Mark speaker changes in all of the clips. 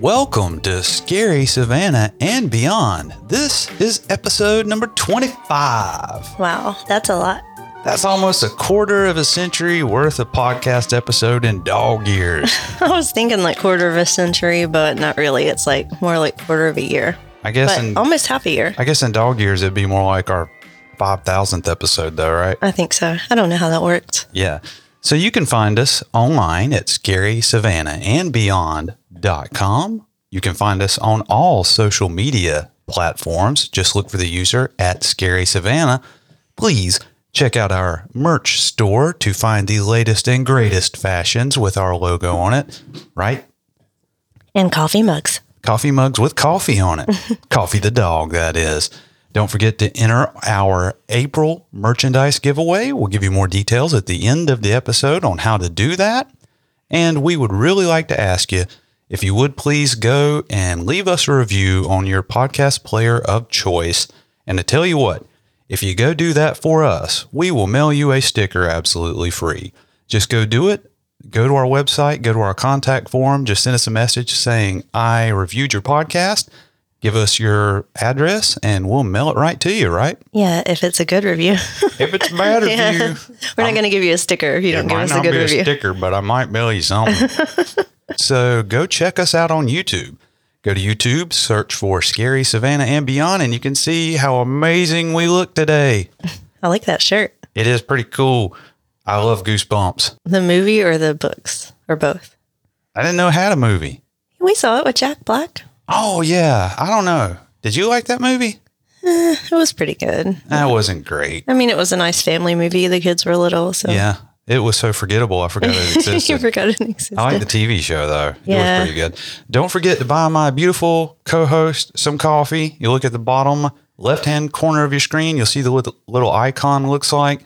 Speaker 1: Welcome to Scary Savannah and Beyond. This is episode number 25.
Speaker 2: Wow, that's a lot.
Speaker 1: That's almost a quarter of a century worth of podcast episode in dog years.
Speaker 2: I was thinking like quarter of a century, but not really. It's like more like quarter of a year,
Speaker 1: I guess
Speaker 2: but oh
Speaker 1: in
Speaker 2: almost half a year.
Speaker 1: I guess in dog years it'd be more like our 5000th episode though, right?
Speaker 2: I think so. I don't know how that worked.
Speaker 1: Yeah. So you can find us online at scarysavannandbeyond.com. You can find us on all social media platforms. Just look for the user at Scary Savannah. Please check out our merch store to find the latest and greatest fashions with our logo on it, right?
Speaker 2: And coffee mugs.
Speaker 1: coffee mugs with coffee on it. coffee the dog, that is. Don't forget to enter our April merchandise giveaway. We'll give you more details at the end of the episode on how to do that. And we would really like to ask you if you would please go and leave us a review on your podcast player of choice. And to tell you what, if you go do that for us, we will mail you a sticker absolutely free. Just go do it. Go to our website, go to our contact form, just send us a message saying, I reviewed your podcast. Give us your address and we'll mail it right to you, right?
Speaker 2: Yeah, if it's a good review.
Speaker 1: If it's a bad
Speaker 2: Yeah.
Speaker 1: review,
Speaker 2: We're not going to give you a sticker if you
Speaker 1: it
Speaker 2: don't give
Speaker 1: might
Speaker 2: us a
Speaker 1: not
Speaker 2: good
Speaker 1: be a
Speaker 2: review.
Speaker 1: sticker, but I might mail you something. so go check us out on YouTube. Go to YouTube, search for Scary Savannah and Beyond, and you can see how amazing we look today.
Speaker 2: I like that shirt.
Speaker 1: It is pretty cool. I love goosebumps.
Speaker 2: The movie or the books or both.
Speaker 1: I didn't know I had a movie.
Speaker 2: We saw it with Jack Black.
Speaker 1: Oh yeah, I don't know. Did you like that movie?
Speaker 2: It was pretty good.
Speaker 1: That wasn't great.
Speaker 2: I mean, it was a nice family movie. The kids were little, so
Speaker 1: Yeah, it was so forgettable. I forgot it
Speaker 2: you
Speaker 1: existed.
Speaker 2: forgot it existed.
Speaker 1: I like the TV show though.
Speaker 2: Yeah.
Speaker 1: It was pretty good. Don't forget to buy my beautiful co-host some coffee. You look at the bottom left-hand corner of your screen, you'll see the lit- little icon looks like.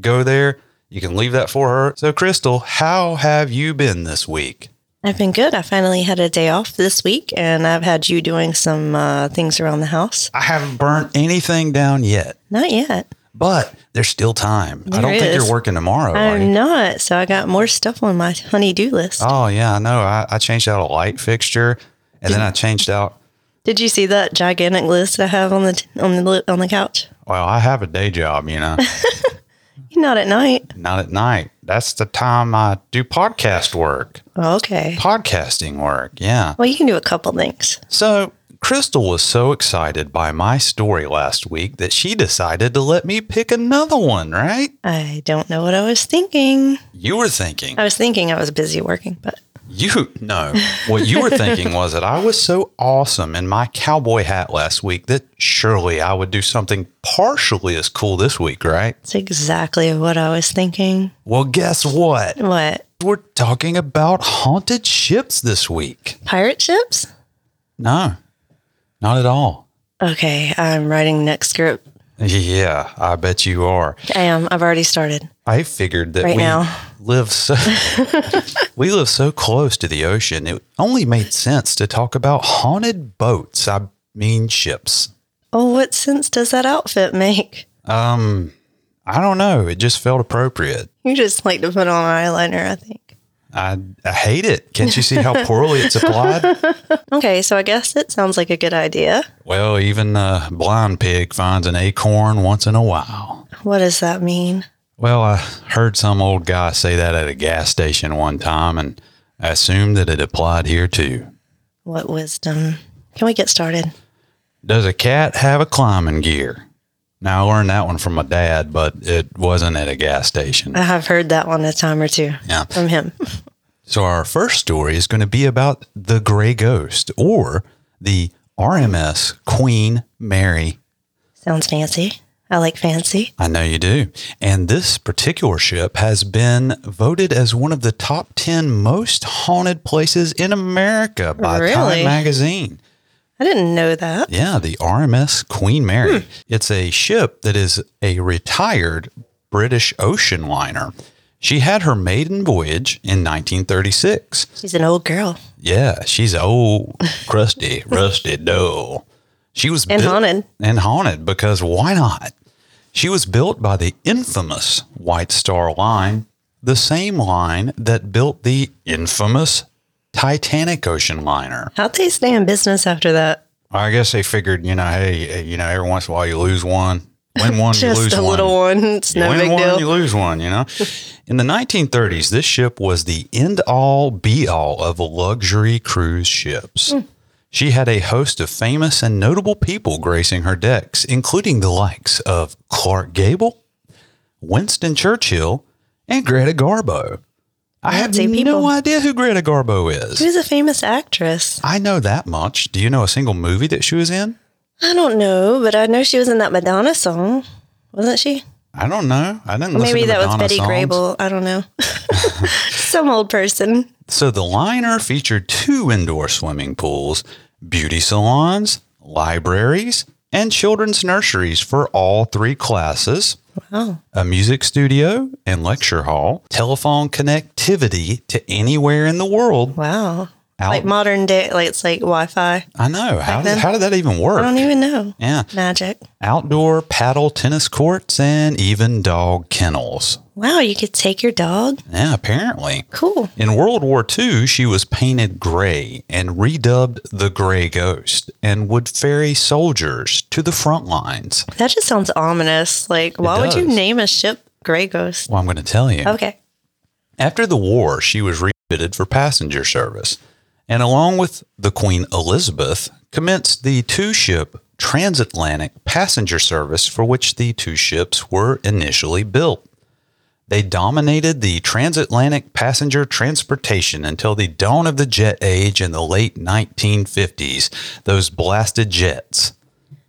Speaker 1: Go there. You can leave that for her. So Crystal, how have you been this week?
Speaker 2: I've been good. I finally had a day off this week, and I've had you doing some uh, things around the house.
Speaker 1: I haven't burnt anything down yet,
Speaker 2: Not yet.
Speaker 1: but there's still time. I
Speaker 2: There
Speaker 1: don't think
Speaker 2: is.
Speaker 1: you're working tomorrow, are you?
Speaker 2: I'm not. So I got more stuff on my honey-do list.
Speaker 1: Oh yeah, I know. I, I changed out a light fixture, and then I changed out.
Speaker 2: Did you see that gigantic list I have on the t- on the li- on the couch?
Speaker 1: Well, I have a day job, you know.
Speaker 2: Not at night.
Speaker 1: Not at night. That's the time I do podcast work,
Speaker 2: Oh, okay.
Speaker 1: podcasting work. Yeah.
Speaker 2: Well, you can do a couple things.
Speaker 1: So, Crystal was so excited by my story last week that she decided to let me pick another one, right?
Speaker 2: I don't know what I was thinking.
Speaker 1: You were thinking,
Speaker 2: I was thinking I was busy working, but
Speaker 1: you no. What you were thinking was that I was so awesome in my cowboy hat last week that surely I would do something partially as cool this week, right?
Speaker 2: it's exactly what I was thinking.
Speaker 1: Well, guess what?
Speaker 2: What
Speaker 1: We're talking about haunted ships this week.
Speaker 2: pirate ships?
Speaker 1: No, not at all.
Speaker 2: Okay, I'm writing next script.
Speaker 1: Yeah, I bet you are.
Speaker 2: I am. I've already started.
Speaker 1: I figured that
Speaker 2: Right
Speaker 1: we
Speaker 2: now.
Speaker 1: live so we live so close to the ocean. It only made sense to talk about haunted boats. I mean ships.
Speaker 2: Oh, what sense does that outfit make?
Speaker 1: Um, I don't know. It just felt appropriate.
Speaker 2: You just like to put on eyeliner, I think.
Speaker 1: I, I hate it. Can't you see how poorly it's applied?
Speaker 2: Okay, so I guess it sounds like a good idea.
Speaker 1: Well, even a blind pig finds an acorn once in a while.
Speaker 2: What does that mean?
Speaker 1: Well, I heard some old guy say that at a gas station one time, and I assumed that it applied here too.
Speaker 2: What wisdom? Can we get started?
Speaker 1: Does a cat have a climbing gear? Now, I learned that one from my dad, but it wasn't at a gas station.
Speaker 2: I have heard that one a time or two
Speaker 1: Yeah.
Speaker 2: from him.
Speaker 1: So, our first story is going to be about the Gray Ghost or the RMS Queen Mary.
Speaker 2: Sounds fancy. I like fancy.
Speaker 1: I know you do. And this particular ship has been voted as one of the top 10 most haunted places in America by Time
Speaker 2: Really?
Speaker 1: Magazine.
Speaker 2: I didn't know that.
Speaker 1: Yeah, the RMS Queen Mary.
Speaker 2: Hmm.
Speaker 1: It's a ship that is a retired British ocean liner. She had her maiden voyage in 1936.
Speaker 2: She's an old girl
Speaker 1: Yeah, she's old, crusty, rusty, dull. She was
Speaker 2: and
Speaker 1: built-
Speaker 2: haunted.
Speaker 1: and haunted because why not? She was built by the infamous White Star Line, the same line that built the infamous Titanic ocean liner.
Speaker 2: How'd they stay in business after that?
Speaker 1: I guess they figured, you know, hey, eh, you know, every once in a while you lose one, win one, you
Speaker 2: Just
Speaker 1: lose
Speaker 2: a
Speaker 1: one.
Speaker 2: little one. It's
Speaker 1: You
Speaker 2: no
Speaker 1: win
Speaker 2: big
Speaker 1: one,
Speaker 2: deal.
Speaker 1: you lose one, you know? In the 1930s, this ship was the end all be all of luxury cruise ships.
Speaker 2: Hmm.
Speaker 1: She had a host of famous and notable people gracing her decks, including the likes of Clark Gable, Winston Churchill, and Greta Garbo. I have
Speaker 2: Fancy people.
Speaker 1: no idea who Greta Garbo is.
Speaker 2: Who's a famous actress?
Speaker 1: I know that much. Do you know a single movie that she was in?
Speaker 2: I don't know, but I know she was in that Madonna song, wasn't she?
Speaker 1: I don't know. I didn't. listen
Speaker 2: Maybe
Speaker 1: to
Speaker 2: that was
Speaker 1: Madonna
Speaker 2: Betty
Speaker 1: songs.
Speaker 2: Grable. I don't know. Some old person.
Speaker 1: So the liner featured two indoor swimming pools, beauty salons, libraries, and children's nurseries for all three classes,
Speaker 2: Wow.
Speaker 1: a music studio and lecture hall, telephone connectivity to anywhere in the world.
Speaker 2: Wow.
Speaker 1: Out-
Speaker 2: Like modern day, like it's like Wi Fi.
Speaker 1: I know. How did,
Speaker 2: then.
Speaker 1: how did that even
Speaker 2: I
Speaker 1: work?
Speaker 2: don't even know.
Speaker 1: yeah.
Speaker 2: Magic.
Speaker 1: Outdoor paddle tennis courts and even dog kennels.
Speaker 2: Wow, you could take your dog.
Speaker 1: Yeah, apparently.
Speaker 2: Cool.
Speaker 1: In World War II, she was painted gray and redubbed the Gray Ghost and would ferry soldiers to the front lines.
Speaker 2: That just sounds ominous. Like, why would you
Speaker 1: does.
Speaker 2: name a ship Grey Ghost?
Speaker 1: Well, I'm going to tell you.
Speaker 2: Okay.
Speaker 1: After the war, she was refitted for passenger service and, along with the Queen Elizabeth, commenced the two ship transatlantic passenger service for which the two ships were initially built. They dominated the transatlantic passenger transportation until the dawn of the jet age in the late 1950s, those blasted jets.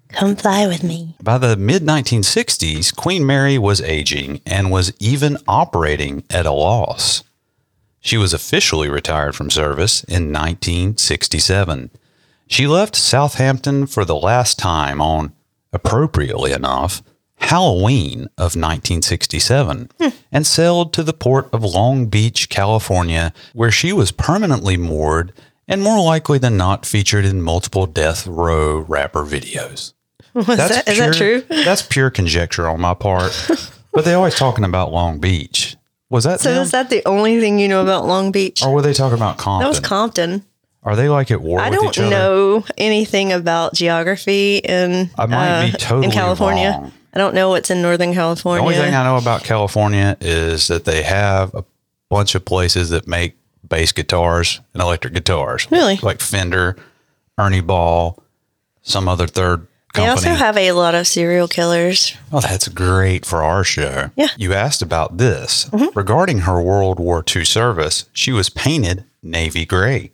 Speaker 2: Come fly with me.
Speaker 1: By the mid 1960s, Queen Mary was aging and was even operating at a loss. She was officially retired from service in 1967. She left Southampton for the last time on, appropriately enough, Halloween of 1967
Speaker 2: Hmm.
Speaker 1: and sailed to the port of Long Beach, California, where she was permanently moored and more likely than not featured in multiple death row rapper videos. That's
Speaker 2: that- is that true?
Speaker 1: That's pure conjecture on my part. but they always talking about Long Beach. Was that
Speaker 2: So,
Speaker 1: them?
Speaker 2: is that the only thing you know about Long Beach?
Speaker 1: or were they talking about
Speaker 2: that
Speaker 1: Oh, Compton?
Speaker 2: was Compton.
Speaker 1: Are they like at war
Speaker 2: I
Speaker 1: with
Speaker 2: don't
Speaker 1: each other?
Speaker 2: know anything about geography in, uh,
Speaker 1: I might be totally
Speaker 2: in California.
Speaker 1: wrong.
Speaker 2: I don't know what's in Northern
Speaker 1: The
Speaker 2: California.
Speaker 1: only thing I know about California is that they have a bunch of places that make bass guitars and electric guitars.
Speaker 2: Really?
Speaker 1: Like Fender, Ernie Ball, some other third
Speaker 2: they
Speaker 1: company.
Speaker 2: also have a lot of serial killers.
Speaker 1: Oh, that's great for our show.
Speaker 2: Yeah. Mm-hmm.
Speaker 1: You asked about this. Regarding her World War II service, she was painted navy gray.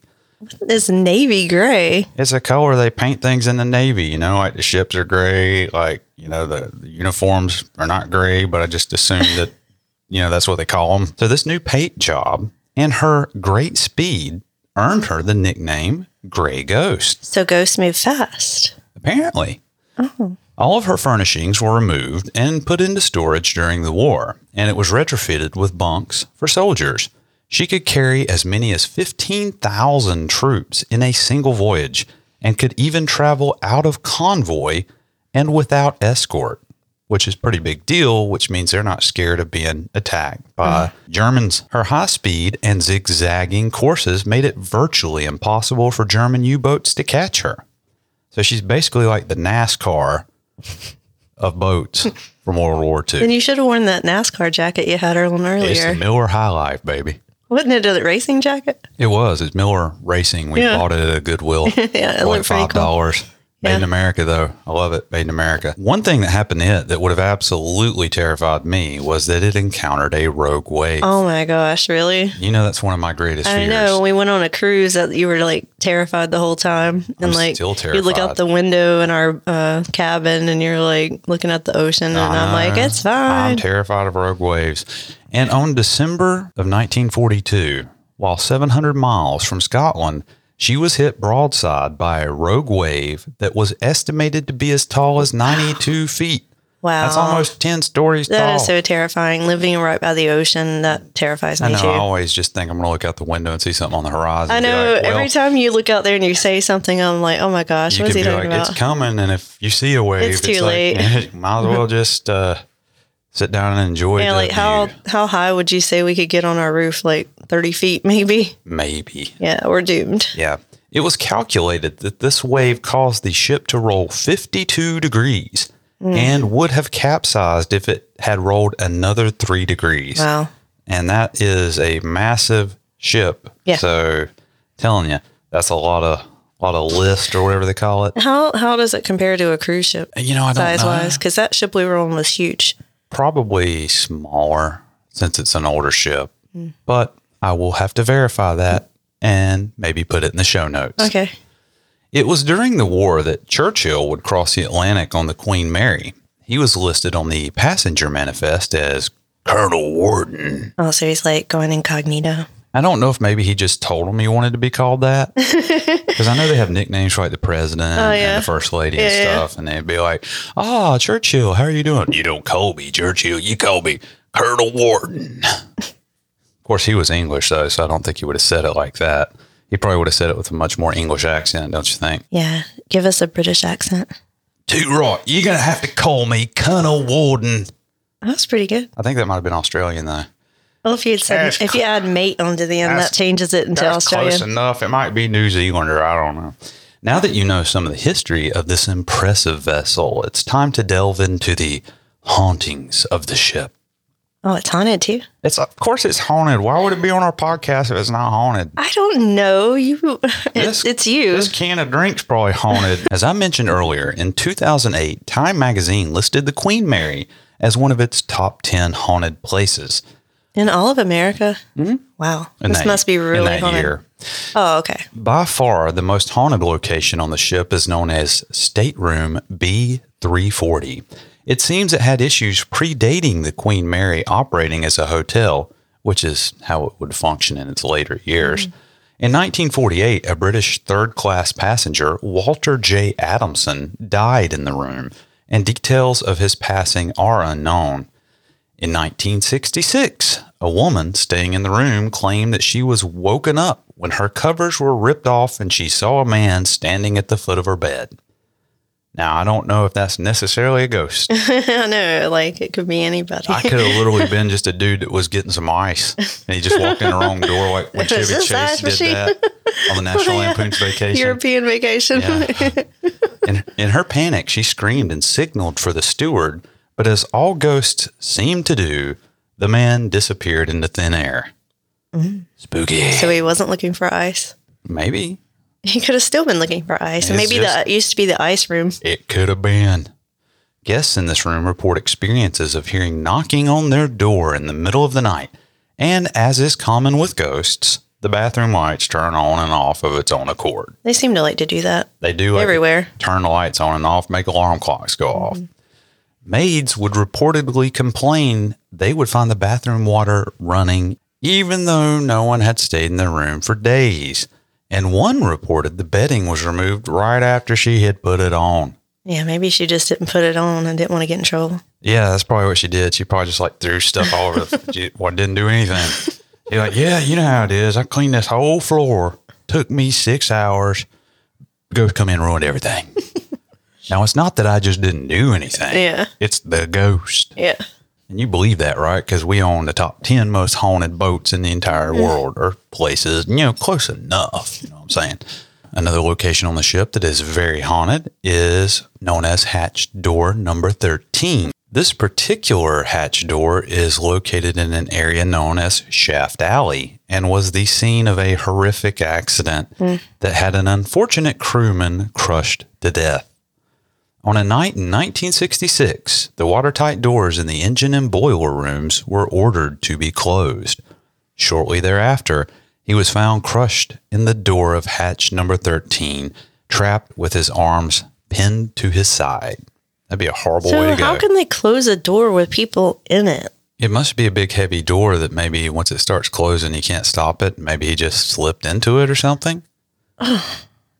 Speaker 2: This navy gray.
Speaker 1: It's a color they paint things in the navy, you know, like the ships are gray, like, you know, the, the uniforms are not gray, but I just assume that, you know, that's what they call them. So this new paint job and her great speed earned her the nickname Gray Ghost.
Speaker 2: So ghosts move fast.
Speaker 1: Apparently. All of her furnishings were removed and put into storage during the war, and it was retrofitted with bunks for soldiers. She could carry as many as 15,000 troops in a single voyage and could even travel out of convoy and without escort, which is a pretty big deal, which means they're not scared of being attacked by Germans. Her high speed and zigzagging courses made it virtually impossible for German U-boats to catch her. So she's basically like the NASCAR of boats from World War
Speaker 2: Then
Speaker 1: II.
Speaker 2: you should have worn that NASCAR jacket you had on
Speaker 1: It's the
Speaker 2: earlier.
Speaker 1: Miller High Life, baby.
Speaker 2: Wasn't it a racing jacket?
Speaker 1: It was. It's Miller Racing. We
Speaker 2: Yeah.
Speaker 1: bought it at a Goodwill.
Speaker 2: Yeah, it
Speaker 1: like
Speaker 2: looked pretty
Speaker 1: five
Speaker 2: cool.
Speaker 1: dollars. Made in America, though. I love it. Made in America. One thing that happened to it that would have absolutely terrified me was that it encountered a rogue wave.
Speaker 2: Oh my gosh, really?
Speaker 1: You know, that's one of my greatest
Speaker 2: I
Speaker 1: fears.
Speaker 2: know. We went on a cruise that you were like terrified the whole time, and
Speaker 1: I'm
Speaker 2: like
Speaker 1: still
Speaker 2: you look
Speaker 1: terrified.
Speaker 2: out the window in our uh, cabin, and you're like looking at the ocean, and I'm like, it's
Speaker 1: Uh-huh. I'm
Speaker 2: fine.
Speaker 1: terrified of rogue waves. And on December of 1942, while 700 miles from Scotland, she was hit broadside by a rogue wave that was estimated to be as tall as 92 feet.
Speaker 2: wow,
Speaker 1: That's Oh. almost 10 stories
Speaker 2: Oh. That
Speaker 1: tall.
Speaker 2: is so terrifying. Living right by the ocean, that terrifies me
Speaker 1: I know.
Speaker 2: too.
Speaker 1: I always just think I'm going to look out the window and see something on the horizon.
Speaker 2: I
Speaker 1: and be
Speaker 2: know.
Speaker 1: like, well,
Speaker 2: every time you look out there and you say something, I'm like, oh my gosh,
Speaker 1: you
Speaker 2: what is
Speaker 1: could be
Speaker 2: he
Speaker 1: like,
Speaker 2: talking
Speaker 1: it's
Speaker 2: about?
Speaker 1: coming. And if you see a wave,
Speaker 2: It's
Speaker 1: like,
Speaker 2: too late.
Speaker 1: might as well just uh, sit down and enjoy
Speaker 2: Yeah,
Speaker 1: the
Speaker 2: like how
Speaker 1: view.
Speaker 2: how high would you say we could get on our roof? Like 30 feet, maybe.
Speaker 1: Maybe.
Speaker 2: Yeah, we're doomed.
Speaker 1: Yeah. It was calculated that this wave caused the ship to roll 52 degrees
Speaker 2: Hmm.
Speaker 1: and would have capsized if it had rolled another three degrees.
Speaker 2: Wow.
Speaker 1: And that is a massive ship.
Speaker 2: Yeah.
Speaker 1: So, telling you, that's a lot of lot of list or whatever they call it.
Speaker 2: How how does it compare to a cruise ship
Speaker 1: You know, I don't
Speaker 2: size
Speaker 1: know.
Speaker 2: wise? Because that ship we were on was huge.
Speaker 1: Probably smaller since it's an older ship,
Speaker 2: Hmm.
Speaker 1: but I will have to verify that and maybe put it in the show notes.
Speaker 2: Okay.
Speaker 1: It was during the war that Churchill would cross the Atlantic on the Queen Mary. He was listed on the passenger manifest as Colonel Warden.
Speaker 2: Oh, so he's like going incognito.
Speaker 1: I don't know if maybe he just told him he wanted to be called that. Because I know they have nicknames for like the president
Speaker 2: Oh, yeah.
Speaker 1: and the first lady and
Speaker 2: Yeah, yeah.
Speaker 1: stuff. And they'd be like, Ah, Churchill, how are you doing? You don't call me Churchill. You call me Colonel Warden. of course, he was English, though, so I don't think he would have said it like that. He probably would have said it with a much more English accent, don't you think?
Speaker 2: Yeah. Give us a British accent.
Speaker 1: Too right. You're gonna have to call me Colonel Warden.
Speaker 2: That's pretty good.
Speaker 1: I think that might have been Australian though.
Speaker 2: Well, if you had said,
Speaker 1: That's
Speaker 2: if you add mate onto the end, that
Speaker 1: that's-
Speaker 2: changes it into
Speaker 1: close
Speaker 2: Australian.
Speaker 1: enough. It might be New Zealander. I don't know. Now that you know some of the history of this impressive vessel, it's time to delve into the hauntings of the ship.
Speaker 2: Oh, it's haunted too.
Speaker 1: It's of course it's haunted. Why would it be on our podcast if it's not haunted?
Speaker 2: I don't know. You, it's, it's you.
Speaker 1: This can of drink's probably haunted. as I mentioned earlier, in 2008, Time magazine listed the Queen Mary as one of its top 10 haunted places.
Speaker 2: In all of America? Wow.
Speaker 1: Mm-hmm. in
Speaker 2: This
Speaker 1: that-
Speaker 2: must be
Speaker 1: in
Speaker 2: really
Speaker 1: that
Speaker 2: haunted.
Speaker 1: year.
Speaker 2: Oh, okay.
Speaker 1: By far, the most haunted location on the ship is known as Stateroom B340. It seems it had issues predating the Queen Mary operating as a hotel, which is how it would function in its later years. In 1948, a British third class passenger, Walter J. Adamson, died in the room, and details of his passing are unknown. In 1966, a woman staying in the room claimed that she was woken up when her covers were ripped off and she saw a man standing at the foot of her bed. Now, I don't know if that's necessarily a ghost.
Speaker 2: I don't know. Like, it could be anybody.
Speaker 1: I could have literally been just a dude that was getting some ice and he just walked in the wrong door like when Chevy
Speaker 2: Was this
Speaker 1: Chase
Speaker 2: ice
Speaker 1: did
Speaker 2: machine?
Speaker 1: that on the National Lampoon's vacation.
Speaker 2: European vacation.
Speaker 1: Yeah. in, in her panic, she screamed and signaled for the steward, but as all ghosts seem to do, the man disappeared into thin air. Spooky.
Speaker 2: so he wasn't looking for ice.
Speaker 1: Maybe
Speaker 2: He could have still been looking for ice.
Speaker 1: It's
Speaker 2: Maybe
Speaker 1: just-
Speaker 2: that used to be the ice room.
Speaker 1: it could have been. Guests in this room report experiences of hearing knocking on their door in the middle of the night. And as is common with ghosts, the bathroom lights turn on and off of its own accord.
Speaker 2: They seem to like to do that.
Speaker 1: They do like,
Speaker 2: Everywhere.
Speaker 1: Turn the lights on and off, make alarm clocks go off. Maids would reportedly complain they would find the bathroom water running, even though no one had stayed in the room for days. And one reported the bedding was removed right after she had put it on.
Speaker 2: Yeah, maybe she just didn't put it on and didn't want to get in trouble.
Speaker 1: Yeah, that's probably what she did. She probably just like threw stuff all over the she- well, didn't do anything. She like, yeah, you know how it is. I cleaned this whole floor. Took me six hours. Ghost come in and ruined everything. now it's not that I just didn't do anything.
Speaker 2: Yeah.
Speaker 1: It's the ghost.
Speaker 2: Yeah.
Speaker 1: And you believe that, right? Because we own the top ten most haunted boats in the entire world or places, you know, close enough. You know what I'm saying? Another location on the ship that is very haunted is known as hatch door number 13. This particular hatch door is located in an area known as Shaft Alley and was the scene of a horrific accident that had an unfortunate crewman crushed to death. On a night in 1966, the watertight doors in the engine and boiler rooms were ordered to be closed. Shortly thereafter, he was found crushed in the door of hatch number 13, trapped with his arms pinned to his side. That'd be a horrible way
Speaker 2: So
Speaker 1: to go.
Speaker 2: how can they close a door with people in it?
Speaker 1: It must be a big heavy door that maybe once it starts closing, you can't stop it. Maybe he just slipped into it or something.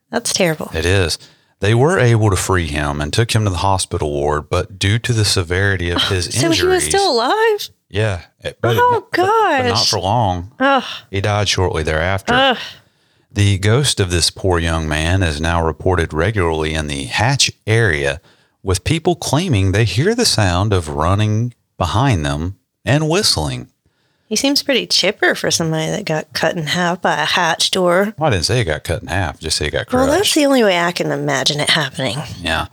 Speaker 2: That's terrible.
Speaker 1: It is. They were able to free him and took him to the hospital ward, but due to the severity of his
Speaker 2: Ah, So
Speaker 1: injuries,
Speaker 2: he was still alive?
Speaker 1: yeah. it- but it-
Speaker 2: Oh,
Speaker 1: but- but not
Speaker 2: gosh.
Speaker 1: for long. He died shortly thereafter. The ghost of this poor young man is now reported regularly in the Hatch area, with people claiming they hear the sound of running behind them and whistling.
Speaker 2: He seems pretty chipper for somebody that got cut in half by a hatch door.
Speaker 1: Well, I didn't say it got cut in half, just say it got
Speaker 2: Well,
Speaker 1: crushed.
Speaker 2: that's the only way I can imagine it happening.
Speaker 1: yeah.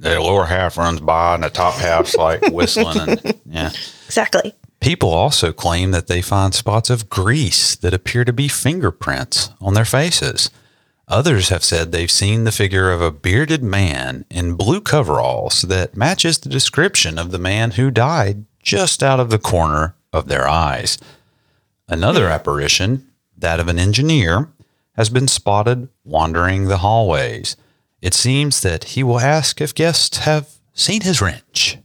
Speaker 1: The lower half runs by and the top half's like whistling. And, yeah.
Speaker 2: Exactly.
Speaker 1: People also claim that they find spots of grease that appear to be fingerprints on their faces. Others have said they've seen the figure of a bearded man in blue coveralls that matches the description of the man who died just out of the corner of their eyes. Another apparition, that of an engineer, has been spotted wandering the hallways. It seems that he will ask if guests have seen his wrench,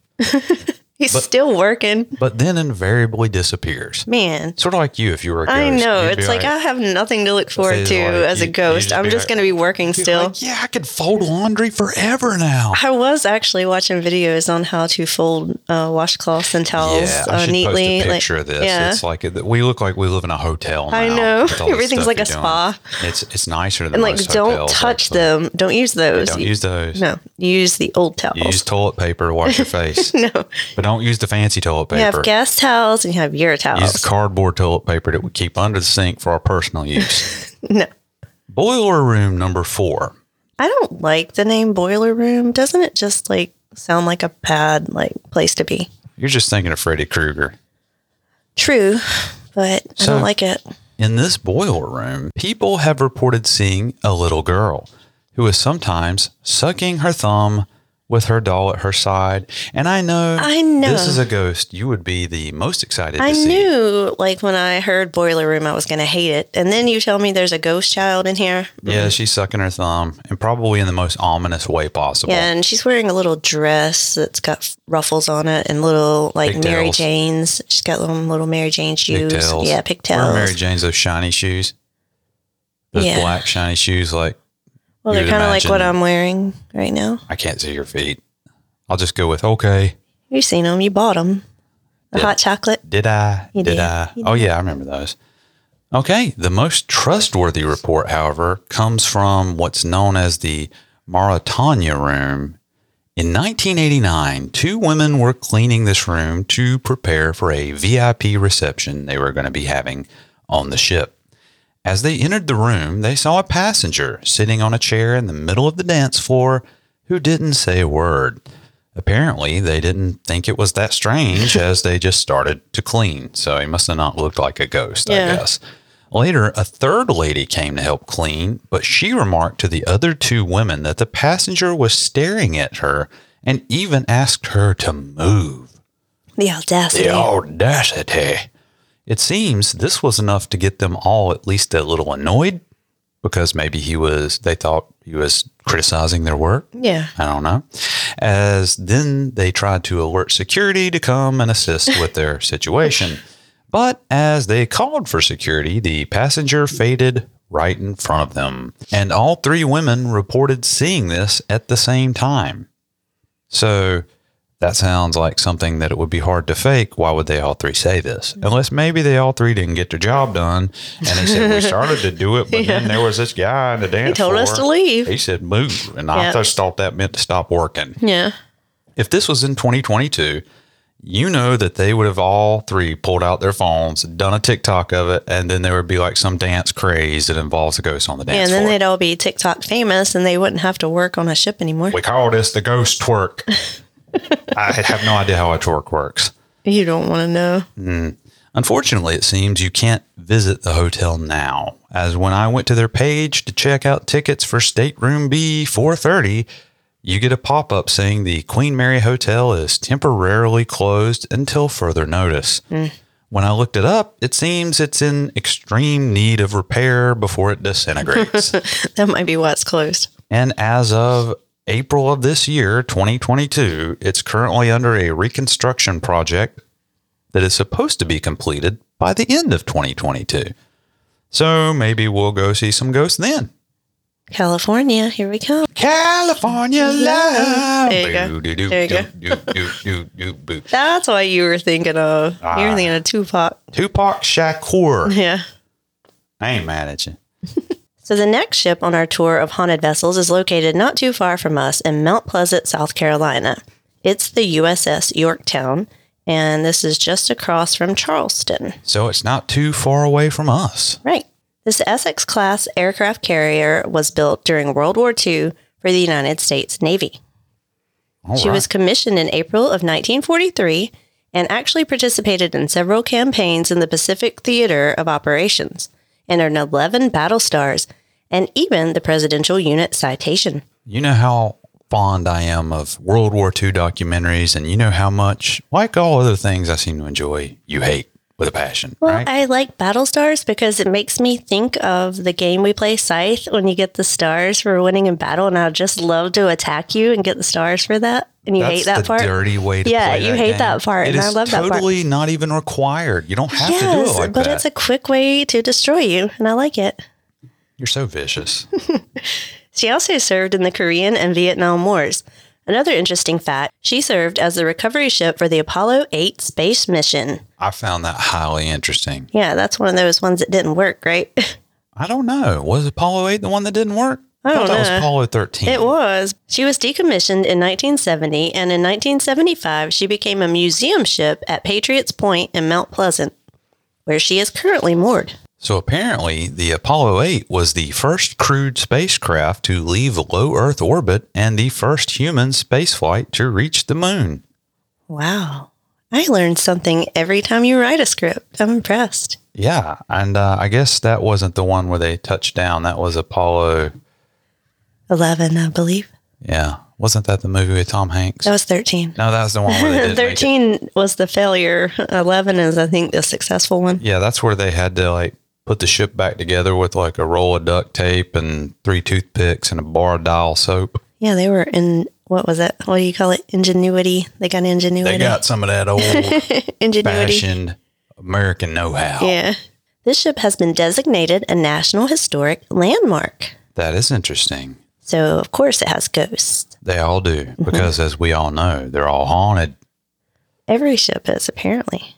Speaker 2: He's still working.
Speaker 1: but then invariably disappears.
Speaker 2: Man,
Speaker 1: Sort of like you if you were a ghost.
Speaker 2: I know.
Speaker 1: You'd be
Speaker 2: It's like, I have nothing to look forward
Speaker 1: It's
Speaker 2: to
Speaker 1: like,
Speaker 2: as a
Speaker 1: you-
Speaker 2: ghost.
Speaker 1: you'd
Speaker 2: I'm
Speaker 1: be
Speaker 2: just
Speaker 1: like-
Speaker 2: going to be working
Speaker 1: You'd be
Speaker 2: still.
Speaker 1: like, yeah, I could fold laundry forever now.
Speaker 2: I was actually watching videos on how to fold uh, washcloths and towels
Speaker 1: Yeah, I
Speaker 2: uh,
Speaker 1: should
Speaker 2: neatly.
Speaker 1: post a picture of this.
Speaker 2: Yeah.
Speaker 1: It's like we look like we live in a hotel. Now
Speaker 2: I know.
Speaker 1: with all the
Speaker 2: Everything's
Speaker 1: stuff
Speaker 2: like
Speaker 1: you're
Speaker 2: a spa.
Speaker 1: doing. It's it's nicer than
Speaker 2: and like,
Speaker 1: most
Speaker 2: don't
Speaker 1: hotels,
Speaker 2: touch
Speaker 1: actually.
Speaker 2: them. Don't use those.
Speaker 1: Don't
Speaker 2: You-
Speaker 1: use those.
Speaker 2: no, use the old towels.
Speaker 1: You use toilet paper to wash your face,
Speaker 2: no,
Speaker 1: but don't use the fancy toilet
Speaker 2: you
Speaker 1: paper.
Speaker 2: have guest towels and you have your towels.
Speaker 1: use the cardboard toilet paper that we keep under the sink for our personal use.
Speaker 2: no,
Speaker 1: Boiler room number four.
Speaker 2: I don't like the name boiler room. Doesn't it just like sound like a bad like place to be?
Speaker 1: You're just thinking of Freddy Krueger.
Speaker 2: True, but I
Speaker 1: So-
Speaker 2: don't like it.
Speaker 1: In this boiler room, people have reported seeing a little girl who is sometimes sucking her thumb with her doll at her side. And I know,
Speaker 2: I know.
Speaker 1: this is a ghost you would be the most excited
Speaker 2: I
Speaker 1: to see.
Speaker 2: knew, like, when I heard Boiler Room, I was going to hate it. And then you tell me there's a ghost child in here.
Speaker 1: Yeah, she's sucking her thumb and probably in the most ominous way possible.
Speaker 2: Yeah, and she's wearing a little dress that's got ruffles on it and little, like,
Speaker 1: Pigtails.
Speaker 2: Mary Jane's. She's got little, little Mary Jane shoes.
Speaker 1: Pigtails.
Speaker 2: Yeah,
Speaker 1: Remember
Speaker 2: pigtails.
Speaker 1: Mary Jane's those shiny shoes? Those
Speaker 2: Yeah.
Speaker 1: black shiny shoes, like,
Speaker 2: well, they're
Speaker 1: you'd
Speaker 2: kind of like what
Speaker 1: imagine-
Speaker 2: I'm wearing right now.
Speaker 1: I can't see your feet. I'll just go with, okay,
Speaker 2: You've seen them. You bought them. The hot chocolate.
Speaker 1: Did I?
Speaker 2: You
Speaker 1: did
Speaker 2: did.
Speaker 1: I? Oh, yeah, I remember those. Okay. The most trustworthy report, however, comes from what's known as the Maratona room. In 1989, two women were cleaning this room to prepare for a VIP reception they were going to be having on the ship. As they entered the room, they saw a passenger sitting on a chair in the middle of the dance floor who didn't say a word. Apparently, they didn't think it was that strange as they just started to clean, so he must have not looked like a ghost, I
Speaker 2: Yeah.
Speaker 1: guess. Later, a third lady came to help clean, but she remarked to the other two women that the passenger was staring at her and even asked her to move.
Speaker 2: The audacity.
Speaker 1: The audacity. It seems this was enough to get them all at least a little annoyed because maybe he was, they thought he was criticizing their work.
Speaker 2: Yeah.
Speaker 1: I don't know. As then they tried to alert security to come and assist with their situation. But as they called for security, the passenger faded right in front of them. And all three women reported seeing this at the same time. So that sounds like something that it would be hard to fake. Why would they all three say this? Unless maybe they all three didn't get their job done. And they said, We started to do it, but then there was this guy in the dance.
Speaker 2: told us
Speaker 1: floor.
Speaker 2: to leave.
Speaker 1: He said move, and I
Speaker 2: Yep.
Speaker 1: just thought that meant to stop working.
Speaker 2: Yeah.
Speaker 1: If this was in 2022, you know that they would have all three pulled out their phones, done a TikTok of it, and then there would be like some dance craze that involves a ghost on the
Speaker 2: Yeah,
Speaker 1: dance
Speaker 2: and then
Speaker 1: floor.
Speaker 2: they'd all be TikTok famous and they wouldn't have to work on a ship anymore.
Speaker 1: we call this the ghost twerk. I have no idea how a twerk works.
Speaker 2: You don't want to know.
Speaker 1: Unfortunately, it seems you can't visit the hotel now, as when I went to their page to check out tickets for stateroom B 430, you get a pop up saying the Queen Mary Hotel is temporarily closed until further notice. When I looked it up, it seems it's in extreme need of repair before it disintegrates.
Speaker 2: That might be why it's closed.
Speaker 1: And as of April of this year, 2022, it's currently under a reconstruction project that is supposed to be completed by the end of 2022. So maybe we'll go see some ghosts then.
Speaker 2: California, here we come.
Speaker 1: California love.
Speaker 2: There you go.
Speaker 1: Boo-doo-doo,
Speaker 2: There you go.
Speaker 1: doo-doo-doo-doo-doo, boo.
Speaker 2: That's what you were thinking of. you were thinking of Tupac.
Speaker 1: Tupac Shakur.
Speaker 2: Yeah.
Speaker 1: I ain't mad at you.
Speaker 2: So the next ship on our tour of haunted vessels is located not too far from us in Mount Pleasant, South Carolina. It's the USS Yorktown, And this is just across from Charleston.
Speaker 1: So it's not too far away from us.
Speaker 2: Right. This Essex class aircraft carrier was built during World War II for the United States Navy.
Speaker 1: All
Speaker 2: she
Speaker 1: right.
Speaker 2: was commissioned in April of 1943 and actually participated in several campaigns in the Pacific Theater of Operations and earned 11 battle stars and even the Presidential Unit Citation.
Speaker 1: You know how fond I am of World War II documentaries, and you know how much, like all other things I seem to enjoy, you hate with a passion,
Speaker 2: Well,
Speaker 1: right?
Speaker 2: I like battle stars because it makes me think of the game we play Scythe when you get the stars for winning in battle, and I would just love to attack you and get the stars for that. And you
Speaker 1: That's
Speaker 2: hate that
Speaker 1: the
Speaker 2: part.
Speaker 1: dirty way to
Speaker 2: Yeah,
Speaker 1: play
Speaker 2: you
Speaker 1: that
Speaker 2: hate
Speaker 1: game.
Speaker 2: that part,
Speaker 1: It
Speaker 2: and I
Speaker 1: is
Speaker 2: love that part.
Speaker 1: totally not even required. You don't have to do it like
Speaker 2: but
Speaker 1: that.
Speaker 2: it's a quick way to destroy you, and I like it.
Speaker 1: You're so vicious.
Speaker 2: She also served in the Korean and Vietnam Wars. Another interesting fact she served as the recovery ship for the Apollo 8 space mission.
Speaker 1: I found that highly interesting.
Speaker 2: Yeah, that's one of those ones that didn't work, right?
Speaker 1: I don't know. Was Apollo 8 the one that didn't work? I,
Speaker 2: don't
Speaker 1: thought that was
Speaker 2: know.
Speaker 1: Apollo 13.
Speaker 2: It was. She was decommissioned in 1970, and in 1975, she became a museum ship at Patriots Point in Mount Pleasant, where she is currently moored.
Speaker 1: So apparently, the Apollo 8 was the first crewed spacecraft to leave low Earth orbit and the first human spaceflight to reach the moon.
Speaker 2: Wow. I learned something every time you write a script. I'm impressed.
Speaker 1: Yeah, and uh, I guess that wasn't the one where they touched down. That was Apollo.
Speaker 2: 11, I believe.
Speaker 1: Yeah, wasn't that the movie with Tom Hanks?
Speaker 2: That was 13.
Speaker 1: No, that's the one where they did Thirteen.
Speaker 2: 13 was the failure. 11 is, I think, the successful one.
Speaker 1: Yeah, that's where they had to like put the ship back together with like a roll of duct tape and three toothpicks and a bar of dial soap.
Speaker 2: Yeah, they were in, what was that? What do you call it? Ingenuity. They got ingenuity.
Speaker 1: They got some of that old
Speaker 2: ingenuity.
Speaker 1: fashioned American know-how.
Speaker 2: Yeah. This ship has been designated a National Historic Landmark.
Speaker 1: That is interesting.
Speaker 2: So, of course, it has ghosts.
Speaker 1: They all do
Speaker 2: Mm-hmm.
Speaker 1: because, as we all know, they're all haunted.
Speaker 2: Every ship is, apparently.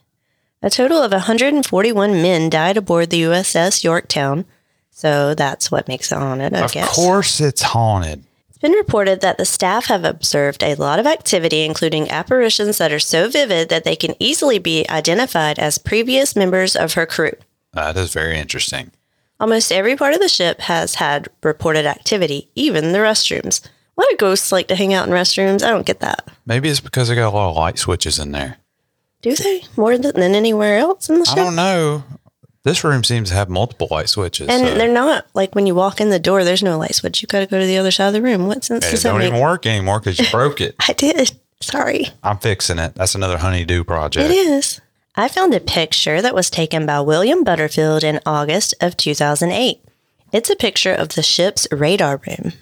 Speaker 2: A total of 141 men died aboard the USS Yorktown. So that's what makes it haunted, I
Speaker 1: of
Speaker 2: guess.
Speaker 1: course, it's haunted.
Speaker 2: It's been reported that the staff have observed a lot of activity, including apparitions that are so vivid that they can easily be identified as previous members of her crew.
Speaker 1: That is very interesting.
Speaker 2: Almost every part of the ship has had reported activity, even the restrooms. Why do ghosts like to hang out in restrooms? I don't get that.
Speaker 1: Maybe it's because they got a lot of light switches in there.
Speaker 2: Do they? More than, than anywhere else in the
Speaker 1: I
Speaker 2: ship?
Speaker 1: don't know. This room seems to have multiple light switches.
Speaker 2: And
Speaker 1: so-
Speaker 2: they're not like when you walk in the door, there's no light switch. You got to go to the other side of the room. What
Speaker 1: And
Speaker 2: sense
Speaker 1: it
Speaker 2: does that
Speaker 1: don't
Speaker 2: make?
Speaker 1: even work anymore because you broke it.
Speaker 2: I did. Sorry.
Speaker 1: I'm fixing it. That's another honeydew
Speaker 2: It
Speaker 1: project.
Speaker 2: is. I found a picture that was taken by William Butterfield in August of 2008. It's a picture of the ship's radar room.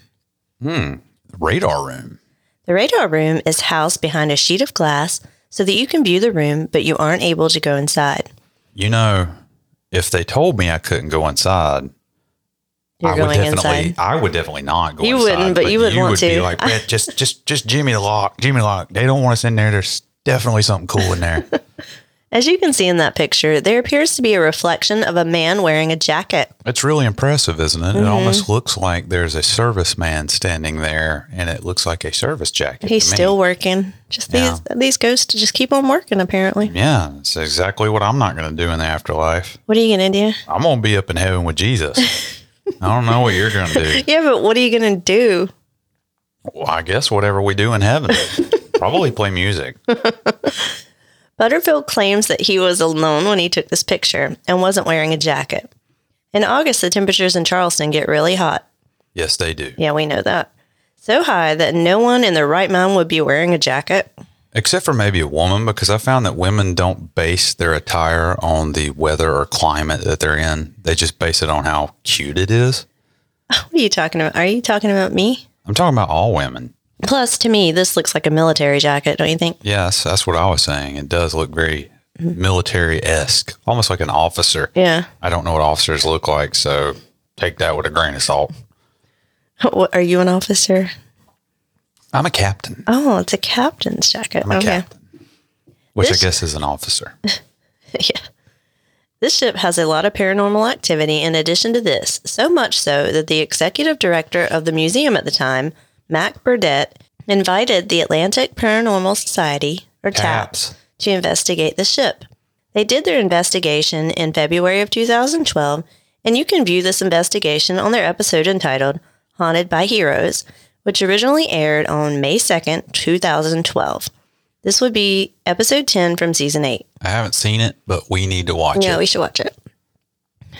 Speaker 1: Radar room.
Speaker 2: The radar room is housed behind a sheet of glass so that you can view the room, but you aren't able to go inside.
Speaker 1: You know, if they told me I couldn't go inside,
Speaker 2: You're
Speaker 1: I would
Speaker 2: going
Speaker 1: definitely,
Speaker 2: inside.
Speaker 1: I would definitely not go.
Speaker 2: You
Speaker 1: inside,
Speaker 2: wouldn't, but you would want
Speaker 1: be
Speaker 2: to.
Speaker 1: like, "Man, just, just, just Jimmy the lock, Jimmy the lock. They don't want us in there. There's definitely something cool in there.
Speaker 2: As you can see in that picture, there appears to be a reflection of a man wearing a jacket.
Speaker 1: It's really impressive, isn't it?
Speaker 2: Mm-hmm.
Speaker 1: It almost looks like there's a serviceman standing there, and it looks like a service jacket.
Speaker 2: He's
Speaker 1: to me.
Speaker 2: still working. Just these these ghosts just keep on working apparently.
Speaker 1: Yeah, it's exactly what I'm not going to do in the afterlife.
Speaker 2: What are you gonna do?
Speaker 1: I'm going to be up in heaven with Jesus. I don't know what you're going to do.
Speaker 2: Yeah, but what are you gonna do?
Speaker 1: Well, I guess whatever we do in heaven, probably play music.
Speaker 2: Butterfield claims that he was alone when he took this picture and wasn't wearing a jacket. In August, the temperatures in Charleston get really hot.
Speaker 1: Yes, they do.
Speaker 2: Yeah, we know that. So high that no one in their right mind would be wearing a jacket.
Speaker 1: Except for maybe a woman, because I found that women don't base their attire on the weather or climate that they're in. They just base it on how cute it is.
Speaker 2: What are you talking about? Are you talking about me?
Speaker 1: I'm talking about all women.
Speaker 2: Plus, to me, this looks like a military jacket, don't you think?
Speaker 1: Yes, that's what I was saying. It does look very military esque, almost like an officer.
Speaker 2: Mm-hmm. Yeah.
Speaker 1: I don't know what officers look like, so take that with a grain of salt.
Speaker 2: What, are you an officer?
Speaker 1: I'm a captain.
Speaker 2: Oh, it's a captain's jacket.
Speaker 1: I'm a captain, which
Speaker 2: This-
Speaker 1: I guess is an officer.
Speaker 2: yeah. This ship has a lot of paranormal activity in addition to this, so much so that the executive director of the museum at the time, Mac Burdett, invited the Atlantic Paranormal Society, or TAPS,
Speaker 1: Taps.
Speaker 2: to investigate the ship. They did their investigation in February of 2012, and you can view this investigation on their episode entitled Haunted by Heroes, which originally aired on May 2nd, 2012. This would be episode 10 from season 8.
Speaker 1: I haven't seen it, but we need to watch
Speaker 2: Yeah,
Speaker 1: it.
Speaker 2: we should watch it.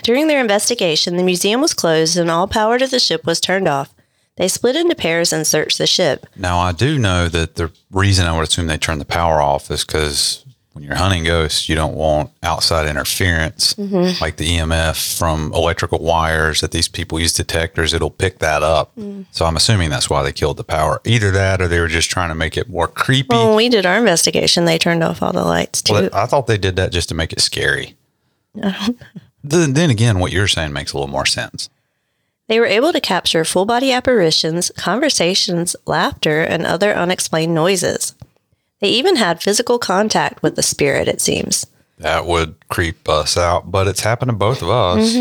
Speaker 2: During their investigation, the museum was closed and all power to the ship was turned off. They split into pairs and searched the ship.
Speaker 1: Now, I do know that the reason I would assume they turn the power off is because when you're hunting ghosts, you don't want outside interference like the EMF from electrical wires that these people use detectors. It'll pick that up. So I'm assuming that's why they killed the power. Either that or they were just trying to make it more creepy.
Speaker 2: Well, when we did our investigation, they turned off all the lights too.
Speaker 1: Well, I thought they did that just to make it scary. Then, then again, what you're saying makes a little more sense.
Speaker 2: They were able to capture full body apparitions, conversations, laughter, and other unexplained noises. They even had physical contact with the spirit, it seems.
Speaker 1: That would creep us out, but it's happened to both of us.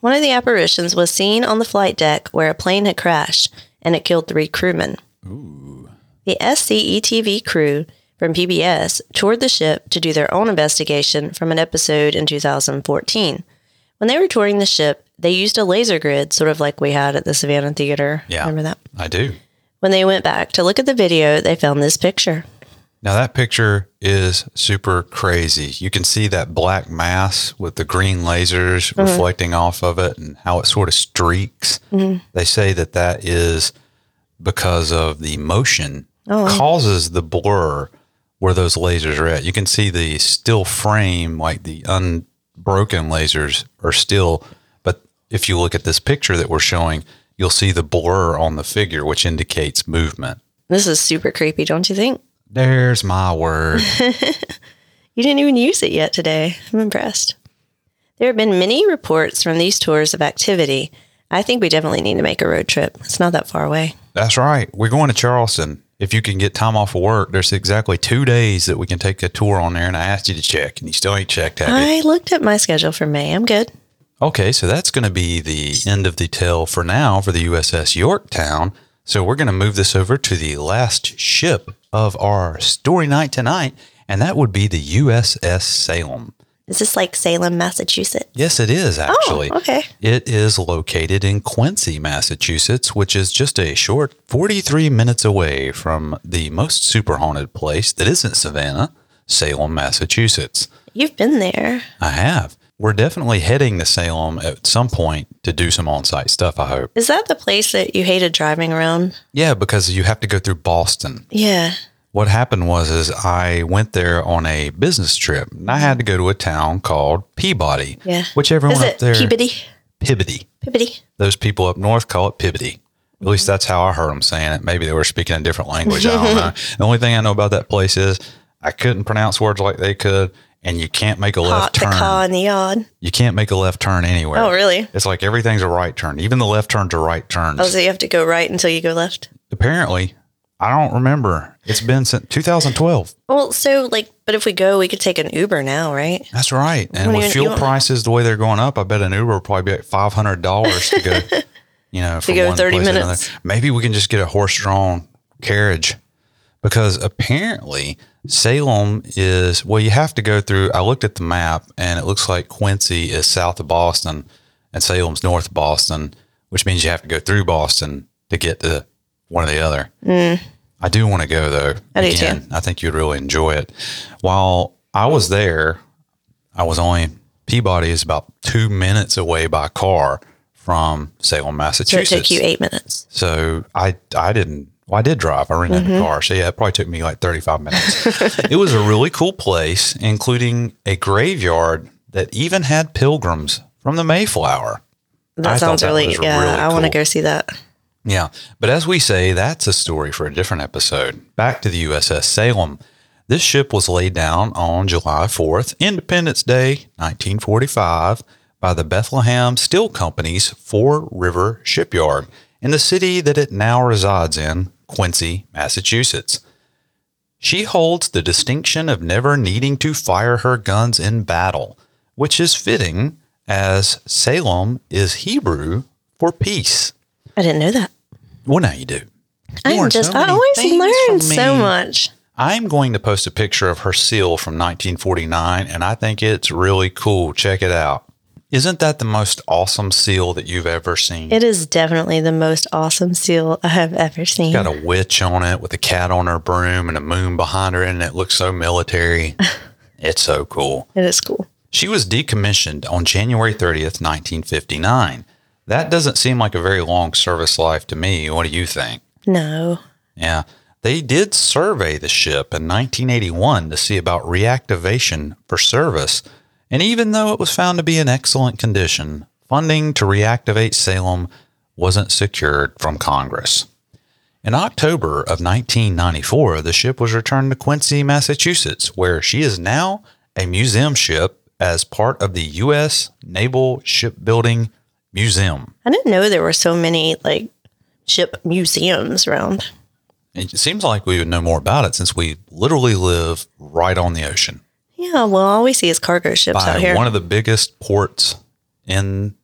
Speaker 2: One of the apparitions was seen on the flight deck where a plane had crashed and it killed three crewmen. The SCETV crew from PBS toured the ship to do their own investigation from an episode in 2014. When they were touring the ship, they used a laser grid, sort of like we had at the Savannah Theater.
Speaker 1: Yeah.
Speaker 2: Remember that?
Speaker 1: I do.
Speaker 2: When they went back to look at the video, they found this picture.
Speaker 1: Now that picture is super crazy. You can see that black mass with the green lasers reflecting off of it and how it sort of streaks. They say that that is because of the motion causes the blur where those lasers are at. You can see the still frame like the unbroken lasers are still but if you look at this picture that we're showing, you'll see the blur on the figure which indicates movement.
Speaker 2: This is super creepy, don't you think?
Speaker 1: There's my word.
Speaker 2: You didn't even use it yet today. I'm impressed. There have been many reports from these tours of activity. I think we definitely need to make a road trip. It's not that far away.
Speaker 1: That's right. We're going to Charleston. If you can get time off of work, there's exactly two days that we can take a tour on there. And I asked you to check, and you still ain't checked, have you?
Speaker 2: I looked at my schedule for May. I'm good.
Speaker 1: Okay, so that's going to be the end of the tale for now for the USS Yorktown. So we're going to move this over to the last ship of our story night tonight, and that would be the USS Salem.
Speaker 2: Is this like Salem, Massachusetts? Oh,
Speaker 1: Yes, it is actually.
Speaker 2: okay.
Speaker 1: It is located in Quincy, Massachusetts, which is just a short 43 minutes away from the most super haunted place that isn't Savannah, Salem, Massachusetts.
Speaker 2: You've been there.
Speaker 1: I have. We're definitely heading to Salem at some point to do some on site stuff, I hope.
Speaker 2: Is that the place that you hated driving around?
Speaker 1: Yeah, because you have to go through Boston.
Speaker 2: Yeah.
Speaker 1: What happened was is I went there on a business trip and I had to go to a town called Peabody.
Speaker 2: Yeah.
Speaker 1: Which everyone
Speaker 2: Is
Speaker 1: up
Speaker 2: it
Speaker 1: there
Speaker 2: Peabody?
Speaker 1: Peabody.
Speaker 2: Peabody.
Speaker 1: those people up north call it Pibbity. At least that's how I heard them saying it. Maybe they were speaking a different language. I don't know. The only thing I know about that place is I couldn't pronounce words like they could, and you can't make a
Speaker 2: Hot
Speaker 1: left
Speaker 2: the
Speaker 1: turn.
Speaker 2: car in the yard.
Speaker 1: You can't make a left turn anywhere.
Speaker 2: Oh, really?
Speaker 1: It's like everything's a right turn. Even the left turns are right turns.
Speaker 2: Oh, so you have to go right until you go left?
Speaker 1: Apparently, I don't remember. It's been since 2012.
Speaker 2: Well, so like, but if we go, we could take an Uber now, right?
Speaker 1: That's right. And
Speaker 2: What do
Speaker 1: with
Speaker 2: you- you
Speaker 1: fuel
Speaker 2: want-
Speaker 1: prices the way they're going up, I bet an Uber will probably be like five hundred dollars to go. You know, from
Speaker 3: go
Speaker 1: one
Speaker 2: 30
Speaker 1: place to another.
Speaker 2: minutes.
Speaker 1: Maybe we can just get a horse-drawn carriage because apparently Salem is well. You have to go through. I looked at the map, and it looks like Quincy is south of Boston, and Salem's north of Boston, which means you have to go through Boston to get to one or the other. I do want to go though.
Speaker 2: Mm. I do,
Speaker 1: I think you'd really enjoy it. While I was there, I was only Peabody is about two minutes away by car from Salem,
Speaker 2: So it took
Speaker 1: Massachusetts.
Speaker 2: you eight minutes.
Speaker 1: So I I didn't. Well, I did drive. I rented a car. So yeah, it probably took me like 35 minutes. it was a really cool place, including a graveyard that even had pilgrims from the Mayflower.
Speaker 2: That
Speaker 1: I thought
Speaker 2: sounds
Speaker 1: that
Speaker 2: really,
Speaker 1: was
Speaker 2: yeah.
Speaker 1: really
Speaker 2: I want to
Speaker 1: cool.
Speaker 2: go see that.
Speaker 1: Yeah. But as we say, that's a story for a different episode. Back to the USS Salem. This ship was laid down on July 4th, Independence Day, 1945, by the Bethlehem Steel Company's Four River Shipyard in the city that it now resides in, Quincy, Massachusetts. She holds the distinction of never needing to fire her guns in battle, which is fitting as Salem is Hebrew for peace.
Speaker 2: I didn't know that.
Speaker 1: Well, now you do. You
Speaker 2: I'm
Speaker 1: learned
Speaker 2: just,
Speaker 1: so
Speaker 2: I
Speaker 1: many
Speaker 2: always
Speaker 1: things
Speaker 2: learn
Speaker 1: from
Speaker 2: so
Speaker 1: me.
Speaker 2: much.
Speaker 1: I'm going to post a picture of her seal from 1949, and I think it's really cool. Check it out. Isn't that the most awesome seal that you've ever seen?
Speaker 2: It is definitely the most awesome seal I have ever seen.
Speaker 1: Got a witch on it with a cat on her broom and a moon behind her, and it looks so military. it's so cool.
Speaker 2: It is cool.
Speaker 1: She was decommissioned on January 30th, 1959. That doesn't seem like a very long service life to me. What do you think?
Speaker 2: No.
Speaker 1: Yeah. They did survey the ship in 1981 to see about reactivation for service. And even though it was found to be in excellent condition, funding to reactivate Salem wasn't secured from Congress. In October of 1994, the ship was returned to Quincy, Massachusetts, where she is now a museum ship as part of the U.S. Naval Shipbuilding Museum.
Speaker 2: I didn't know there were so many like ship museums around.
Speaker 1: It seems like we would know more about it since we literally live right on the ocean
Speaker 2: Yeah, well, all we see is cargo ships out
Speaker 1: by
Speaker 2: here.
Speaker 1: one of the biggest ports in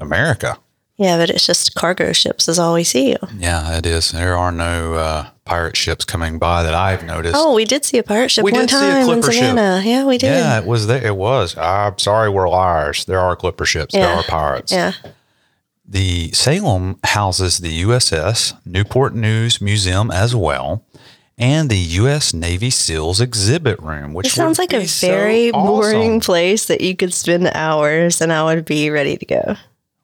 Speaker 1: America.
Speaker 2: yeah, but it's just cargo ships is all we see.
Speaker 1: Yeah, it is. There are no uh, pirate ships coming by that I've noticed.
Speaker 2: Oh, we did see a pirate ship
Speaker 1: We
Speaker 2: one
Speaker 1: did see a
Speaker 2: time in
Speaker 1: clipper ship.
Speaker 2: Savannah. Yeah, we did.
Speaker 1: Yeah, it was there. It was. I'm sorry, we're liars. There are clipper ships. There
Speaker 2: Yeah.
Speaker 1: are pirates.
Speaker 2: Yeah.
Speaker 1: The Salem houses the USS Newport News Museum as well, and the U.S. Navy SEALs exhibit room, which
Speaker 2: It sounds
Speaker 1: would
Speaker 2: like a
Speaker 1: be so
Speaker 2: very boring
Speaker 1: awesome.
Speaker 2: place that you could spend hours and I would be ready to go.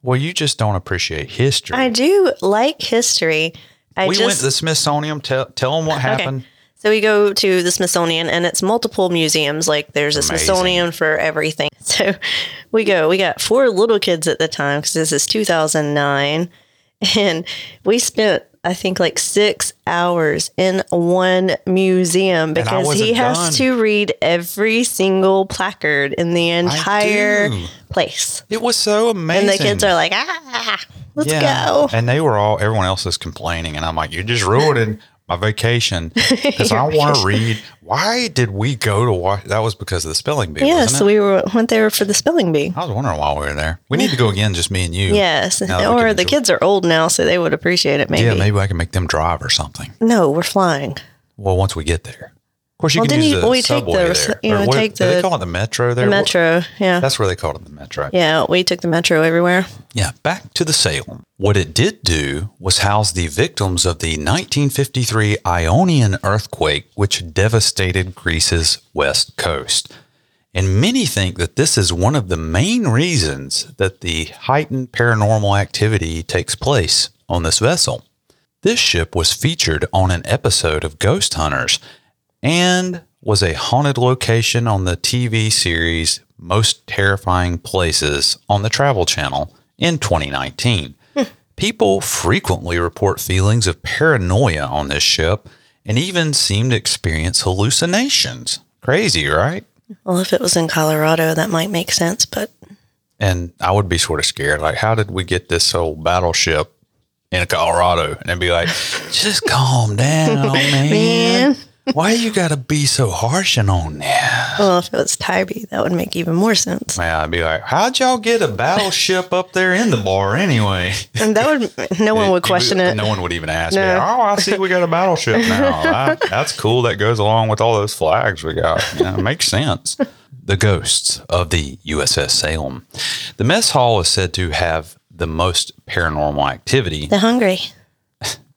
Speaker 1: Well, you just don't appreciate history.
Speaker 2: I do like history. I
Speaker 1: we
Speaker 2: just
Speaker 1: went to the Smithsonian. Tell, tell them what happened.
Speaker 2: So we go to the Smithsonian, and it's multiple museums. Like there's a
Speaker 1: Amazing.
Speaker 2: Smithsonian for everything. So we go. We got four little kids at the time because this is 2009, and we spent I think like six hours in one museum
Speaker 1: I
Speaker 2: because he
Speaker 1: wasn't done.
Speaker 2: has to read every single placard in the entire
Speaker 1: do.
Speaker 2: place,
Speaker 1: It was so amazing.
Speaker 2: and the kids are like, ah, let's go.
Speaker 1: And they were all, everyone else is complaining. And I'm like, you're just ruining my vacation because I want to read. Why did we go to watch? That was because of the spelling bee.
Speaker 2: Yes,
Speaker 1: wasn't it?
Speaker 2: we were went there for the spelling bee.
Speaker 1: I was wondering why we were there. We need to go again, just me and you.
Speaker 2: Yes,
Speaker 1: Now that we
Speaker 2: or
Speaker 1: can
Speaker 2: the
Speaker 1: enjoy-
Speaker 2: kids are old now, so they would appreciate it. Maybe.
Speaker 1: Yeah, maybe I can make them drive or something.
Speaker 2: No, we're flying.
Speaker 1: Well, once we get there. Of course, you
Speaker 2: Well,
Speaker 1: can
Speaker 2: then
Speaker 1: use
Speaker 2: you-
Speaker 1: the
Speaker 2: well, we take
Speaker 1: subway
Speaker 2: the-
Speaker 1: there.
Speaker 2: you
Speaker 1: Or
Speaker 2: know,
Speaker 1: what-
Speaker 2: take
Speaker 1: do they
Speaker 2: the-
Speaker 1: call it the metro there?
Speaker 2: The
Speaker 1: What-
Speaker 2: metro. Yeah.
Speaker 1: That's where they called it the metro.
Speaker 2: yeah, we took the metro everywhere.
Speaker 1: Yeah, back to the Salem. What it did do was house the victims of the 1953 Ionian earthquake, which devastated Greece's west coast. And many think that this is one of the main reasons that the heightened paranormal activity takes place on this vessel. This ship was featured on an episode of Ghost Hunters and was a haunted location on the TV series Most Terrifying Places on the Travel Channel in 2019. People frequently report feelings of paranoia on this ship and even seem to experience hallucinations. Crazy, right?
Speaker 2: Well, if it was in Colorado, that might make sense, but
Speaker 1: And I would be sort of scared. Like, how did we get this whole battleship in Colorado? And I'd be like, just calm down, man. Why you gotta be so harsh and on that?
Speaker 2: well, if it was Tybee, that would make even more sense.
Speaker 1: Man, I'd be like, how'd y'all get a battleship up there in the bar anyway?
Speaker 2: And that would no one would question it.
Speaker 1: No one would even ask me.
Speaker 2: No.
Speaker 1: Oh, I see we got a battleship now. That- that's cool. That goes along with all those flags we got. You know, it makes sense. The ghosts of the USS Salem. The mess hall is said to have the most paranormal activity.
Speaker 2: They're hungry.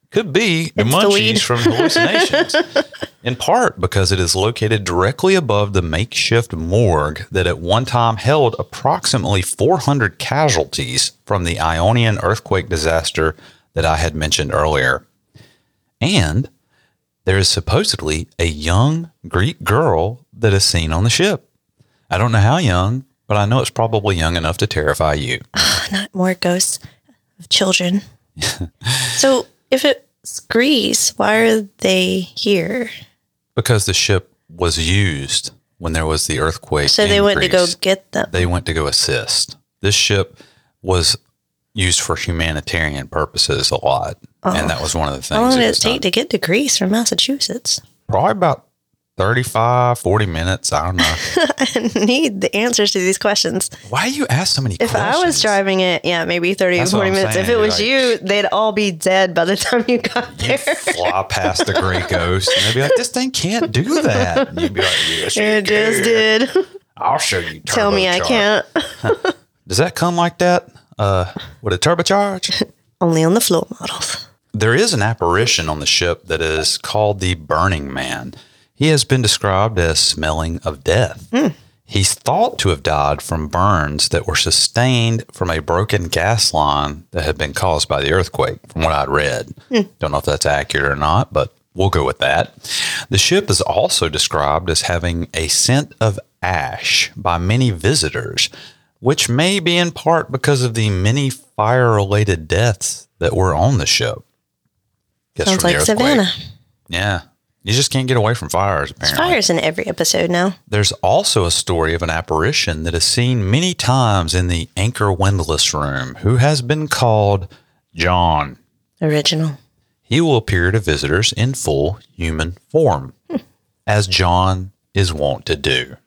Speaker 1: Could be the
Speaker 2: It's the
Speaker 1: munchies
Speaker 2: weed.
Speaker 1: from hallucinations. In part because it is located directly above the makeshift morgue that at one time held approximately 400 casualties from the Ionian earthquake disaster that I had mentioned earlier. And there is supposedly a young Greek girl that is seen on the ship. I don't know how young, but I know it's probably young enough to terrify you.
Speaker 2: Not more ghosts of children. so if it's Greece, why are they here?
Speaker 1: Because the ship was used when there was the earthquake.
Speaker 2: So they
Speaker 1: in
Speaker 2: went to go
Speaker 1: Greece.
Speaker 2: get them.
Speaker 1: They went to go assist. This ship was used for humanitarian purposes a lot, and that was one of the things.
Speaker 2: How long
Speaker 1: it
Speaker 2: did
Speaker 1: was
Speaker 2: it take
Speaker 1: done.
Speaker 2: to get to Greece from Massachusetts?
Speaker 1: Probably about 35, 40 minutes. I don't know.
Speaker 2: Need the answers to these questions.
Speaker 1: Why do you ask so many
Speaker 2: If
Speaker 1: questions?
Speaker 2: I was driving it, yeah, maybe 30
Speaker 1: That's
Speaker 2: or
Speaker 1: what
Speaker 2: 40
Speaker 1: I'm
Speaker 2: minutes.
Speaker 1: saying.
Speaker 2: If it was
Speaker 1: You're
Speaker 2: you, they'd all be dead by the time you got there.
Speaker 1: fly past the gray ghost and they'd be like, this thing can't do that. And you'd be like, yes, you
Speaker 2: It just
Speaker 1: can.
Speaker 2: did.
Speaker 1: I'll show you.
Speaker 2: Tell me I
Speaker 1: turbocharge."
Speaker 2: can't.
Speaker 1: Does that come like that uh, with a turbocharge?
Speaker 2: Only on the floor models.
Speaker 1: there is an apparition on the ship that is called the Burning Man. He has been described as smelling of death. He's thought to have died from burns that were sustained from a broken gas line that had been caused by the earthquake, from what I'd read.
Speaker 2: Hmm.
Speaker 1: Don't know if that's accurate or not, but we'll go with that. The ship is also described as having a scent of ash by many visitors, which may be in part because of the many fire related deaths that were on the ship. Guess
Speaker 2: Sounds
Speaker 1: from
Speaker 2: like
Speaker 1: the earthquake.
Speaker 2: Savannah.
Speaker 1: Yeah. You just can't get away from fires, apparently.
Speaker 2: Fire's in every episode now.
Speaker 1: There's also a story of an apparition that is seen many times in the Anchor Windlass Room, who has been called John.
Speaker 2: Original.
Speaker 1: He will appear to visitors in full human form, as John is wont to do.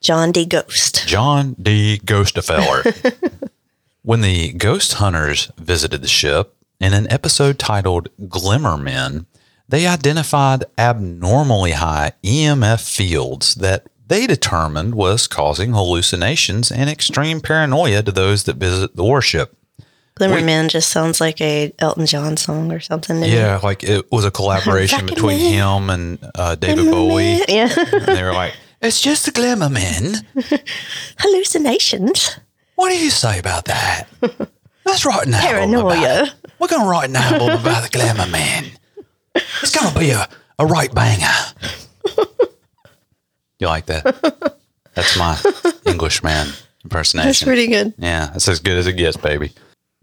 Speaker 2: John D. Ghost.
Speaker 1: John D. Ghostefeller. when the ghost hunters visited the ship, in an episode titled Glimmer Men, they identified abnormally high EMF fields that they determined was causing hallucinations and extreme paranoia to those that visit the warship.
Speaker 2: Glimmer Man just sounds like a Elton John song or something. to me.
Speaker 1: Yeah, like it was a collaboration
Speaker 2: Rocket
Speaker 1: between him and uh, David Bowie.
Speaker 2: Yeah.
Speaker 1: And they were like, it's just the Glimmer Men.
Speaker 2: Hallucinations.
Speaker 1: What do you say about that? Let's write an album. about
Speaker 2: Paranoia.
Speaker 1: it. We're going to write an album about the Glamour Man. It's going to be a, a right banger. You like that? That's my Englishman impersonation.
Speaker 2: That's pretty good.
Speaker 1: Yeah, that's as good as it gets, baby.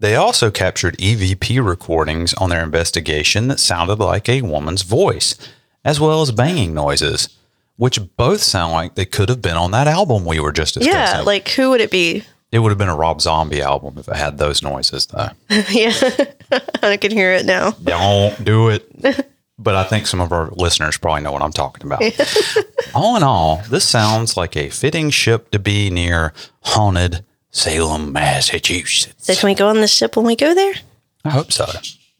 Speaker 1: They also captured EVP recordings on their investigation that sounded like a woman's voice, as well as banging noises, which both sound like they could have been on that album we were just discussing.
Speaker 2: Yeah. Like, who would it be?
Speaker 1: It would have been a Rob Zombie album if it had those noises, though.
Speaker 2: yeah. I can hear it now.
Speaker 1: Don't do it. But I think some of our listeners probably know what I'm talking about. all in all, this sounds like a fitting ship to be near haunted Salem, Massachusetts.
Speaker 2: So, can we go on the ship when we go there?
Speaker 1: I hope so.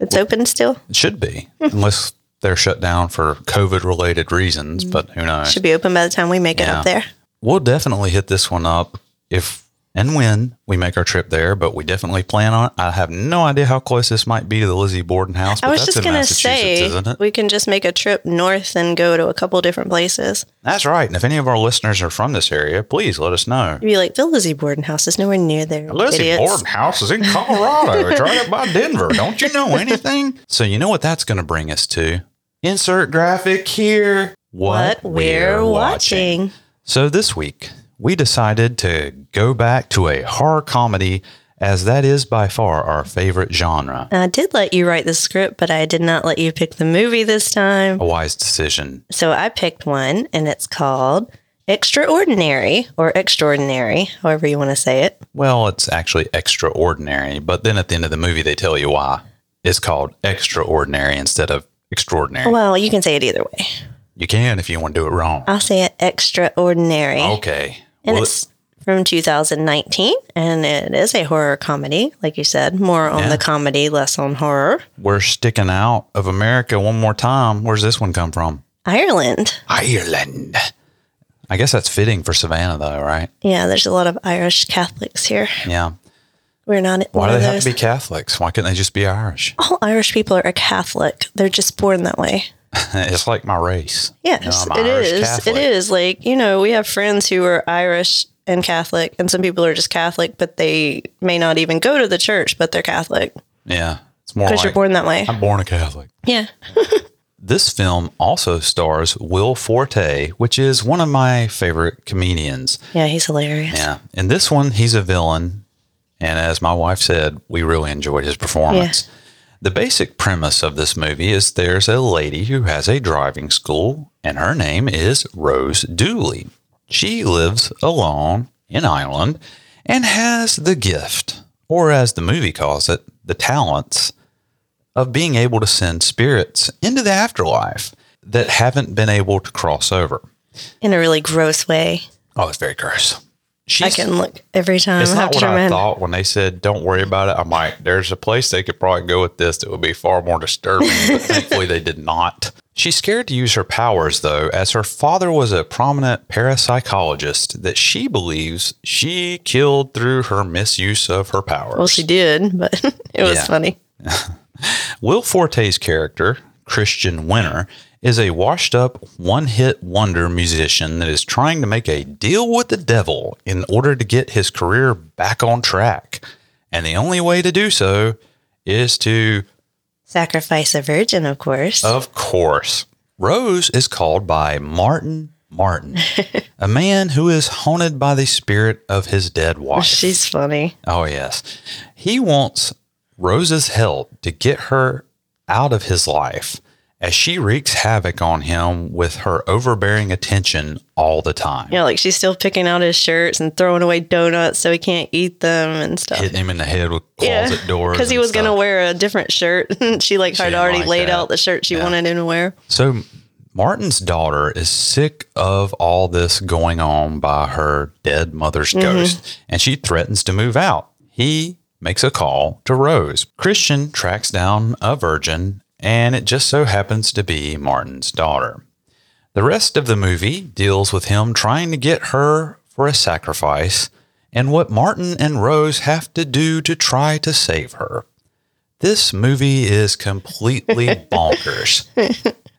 Speaker 2: It's open still.
Speaker 1: It should be, unless they're shut down for COVID related reasons, but who knows?
Speaker 2: Should be open by the time we make it up there.
Speaker 1: We'll definitely hit this one up if and when we make our trip there, but we definitely plan on it. I have no idea how close this might be to the Lizzie Borden house, but
Speaker 2: I
Speaker 1: that's
Speaker 2: was just
Speaker 1: in
Speaker 2: going to
Speaker 1: Massachusetts,
Speaker 2: say,
Speaker 1: isn't it?
Speaker 2: we can just make a trip north and go to a couple different places.
Speaker 1: That's right. And if any of our listeners are from this area, please let us know.
Speaker 2: You'd be like, the Lizzie Borden house is nowhere near there.
Speaker 1: Lizzie
Speaker 2: idiots.
Speaker 1: Borden house is in Colorado. it's right up by Denver. Don't you know anything? So you know what that's going to bring us to? Insert graphic here.
Speaker 2: What we're watching.
Speaker 1: So this week, we decided to go back to a horror comedy, as that is by far our favorite genre.
Speaker 2: I did let you write the script, but I did not let you pick the movie this time.
Speaker 1: A wise decision.
Speaker 2: So I picked one, and it's called Extraordinary or Extraordinary, however you want to say it.
Speaker 1: Well, it's actually extraordinary, but then at the end of the movie, they tell you why it's called extraordinary instead of extraordinary.
Speaker 2: Oh, Well, you can say it either way.
Speaker 1: You can if you want to do it wrong.
Speaker 2: I'll say it Extraordinary.
Speaker 1: Okay.
Speaker 2: and
Speaker 1: Well,
Speaker 2: it's from 2019, and it is a horror comedy, like you said, more on the comedy, less on horror.
Speaker 1: we're sticking out of America one more time. Where's this one come from?
Speaker 2: Ireland.
Speaker 1: Ireland. I guess that's fitting for Savannah, though, right?
Speaker 2: Yeah, there's a lot of Irish Catholics here.
Speaker 1: Yeah.
Speaker 2: We're not
Speaker 1: Why
Speaker 2: one
Speaker 1: do
Speaker 2: of
Speaker 1: they
Speaker 2: those.
Speaker 1: have to be Catholics? Why couldn't they just be Irish?
Speaker 2: All Irish people are Catholic. They're just born that way.
Speaker 1: it's like my race.
Speaker 2: Yes,
Speaker 1: You know, I'm
Speaker 2: it
Speaker 1: Irish
Speaker 2: is.
Speaker 1: Catholic.
Speaker 2: It is. Like, you know, we have friends who are Irish and Catholic, and some people are just Catholic, but they may not even go to the church, but they're Catholic
Speaker 1: Yeah. It's more
Speaker 2: because you're
Speaker 1: like
Speaker 2: born that way.
Speaker 1: I'm born a Catholic.
Speaker 2: yeah.
Speaker 1: This film also stars Will Forte, which is one of my favorite comedians.
Speaker 2: Yeah, he's hilarious.
Speaker 1: Yeah. In this one, he's a villain. And as my wife said, we really enjoyed his performance. The basic premise of this movie is there's a lady who has a driving school, and her name is Rose Dooley. She lives alone in Ireland and has the gift, or as the movie calls it, the talents of being able to send spirits into the afterlife that haven't been able to cross over.
Speaker 2: in a really gross way.
Speaker 1: Oh, it's very gross.
Speaker 2: I
Speaker 1: She's,
Speaker 2: can look every time.
Speaker 1: it's
Speaker 2: I
Speaker 1: not
Speaker 2: have to
Speaker 1: what I
Speaker 2: remember.
Speaker 1: thought when they said, don't worry about it. I'm like, there's a place they could probably go with this that would be far more disturbing, but thankfully they did not. She's scared to use her powers, though, as her father was a prominent parapsychologist that she believes she killed through her misuse of her powers.
Speaker 2: Well, she did, but it was
Speaker 1: Yeah.
Speaker 2: funny.
Speaker 1: Will Forte's character, Christian Winter, is a washed up, one hit wonder musician that is trying to make a deal with the devil in order to get his career back on track. And the only way to do so is to,
Speaker 2: Sacrifice a virgin, of course.
Speaker 1: of course, Rose is called by Martin Martin, a man who is haunted by the spirit of his dead wife.
Speaker 2: She's funny.
Speaker 1: Oh, yes. He wants Rose's help to get her out of his life as she wreaks havoc on him with her overbearing attention all the time.
Speaker 2: You know, like she's still picking out his shirts and throwing away donuts so he can't eat them and stuff.
Speaker 1: Hitting him in the head with
Speaker 2: Yeah,
Speaker 1: closet doors.
Speaker 2: Because he
Speaker 1: and
Speaker 2: was going to
Speaker 1: stuff.
Speaker 2: wear a different shirt. she like had
Speaker 1: didn't
Speaker 2: already
Speaker 1: like
Speaker 2: laid
Speaker 1: that.
Speaker 2: out the shirt she wanted him to wear.
Speaker 1: So Martin's daughter is sick of all this going on by her dead mother's ghost, and she threatens to move out. He makes a call to Rose. Christian tracks down a virgin, and it just so happens to be Martin's daughter. The rest of the movie deals with him trying to get her for a sacrifice and what Martin and Rose have to do to try to save her. This movie is completely bonkers.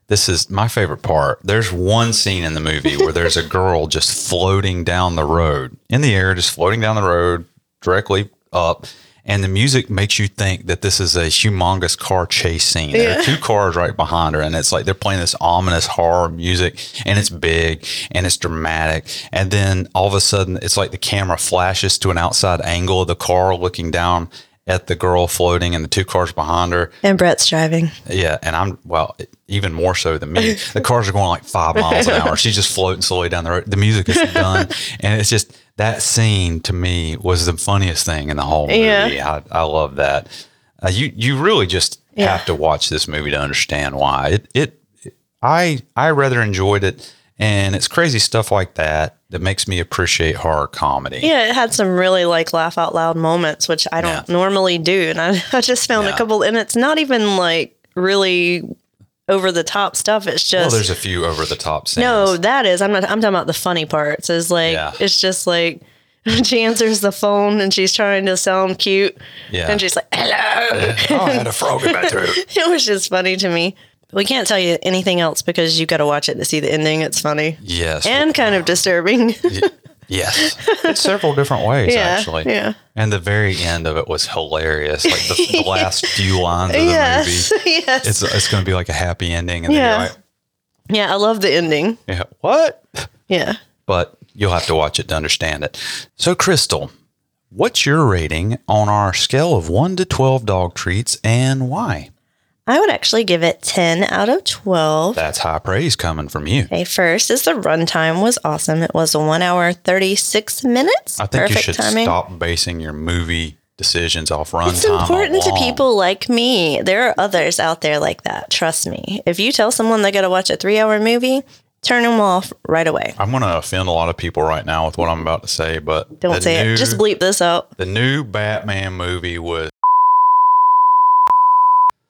Speaker 1: This is my favorite part. There's one scene in the movie where there's a girl just floating down the road in the air, just floating down the road directly up. And the music makes you think that this is a humongous car chase scene. There are two cars right behind her, and it's like they're playing this ominous horror music, and it's big and it's dramatic. And then all of a sudden, it's like the camera flashes to an outside angle of the car looking down at the girl floating and the two cars behind her.
Speaker 2: And Brett's driving.
Speaker 1: Yeah, and I'm well, e, even more so than me. The cars are going like five miles an hour. She's just floating slowly down the road. The music is done, and it's just that scene to me was the funniest thing in the whole movie.
Speaker 2: Yeah.
Speaker 1: I, I love that. Uh, you you really just
Speaker 2: Yeah.
Speaker 1: have to watch this movie to understand why it it. I I rather enjoyed it, and it's crazy stuff like that that makes me appreciate horror comedy.
Speaker 2: Yeah, it had some really like laugh out loud moments, which I don't
Speaker 1: Yeah.
Speaker 2: normally do. And I, I just found a
Speaker 1: Yeah.
Speaker 2: couple, and it's not even like really over the top stuff. It's
Speaker 1: Well,
Speaker 2: just.
Speaker 1: there's a few over the top scenes.
Speaker 2: no, that is. I'm not. I'm talking about the funny parts. Is like
Speaker 1: Yeah.
Speaker 2: it's just like she answers the phone and she's trying to sound cute,
Speaker 1: yeah.
Speaker 2: and she's like, "Hello."
Speaker 1: oh, I had a frog in my throat.
Speaker 2: it was just funny to me. We can't tell you anything else because you got to watch it to see the ending. It's funny
Speaker 1: Yes,
Speaker 2: and kind of disturbing.
Speaker 1: Yes, it's several different ways
Speaker 2: Yeah,
Speaker 1: actually.
Speaker 2: yeah.
Speaker 1: and the very end of it was hilarious. Like the, the last few lines of the
Speaker 2: yes,
Speaker 1: movie,
Speaker 2: yes,
Speaker 1: it's it's going to be like a happy ending, and then
Speaker 2: Yeah.
Speaker 1: you're like,
Speaker 2: yeah. I love the ending.
Speaker 1: yeah, what?
Speaker 2: Yeah.
Speaker 1: But you'll have to watch it to understand it. So, Crystal, what's your rating on our scale of one to twelve dog treats, and why?
Speaker 2: I would actually give it 10 out of 12.
Speaker 1: That's high praise coming from you.
Speaker 2: Okay, first is the runtime was awesome. It was one hour, 36 minutes.
Speaker 1: I think you should stop basing your movie decisions off runtime.
Speaker 2: It's important to
Speaker 1: alone.
Speaker 2: people like me. There are others out there like that. Trust me. If you tell someone they got to watch a three hour movie, turn them off right away.
Speaker 1: I'm going to offend a lot of people right now with what I'm about to say, but
Speaker 2: Don't
Speaker 1: the
Speaker 2: say
Speaker 1: new-
Speaker 2: it. Just bleep this out.
Speaker 1: The new Batman movie was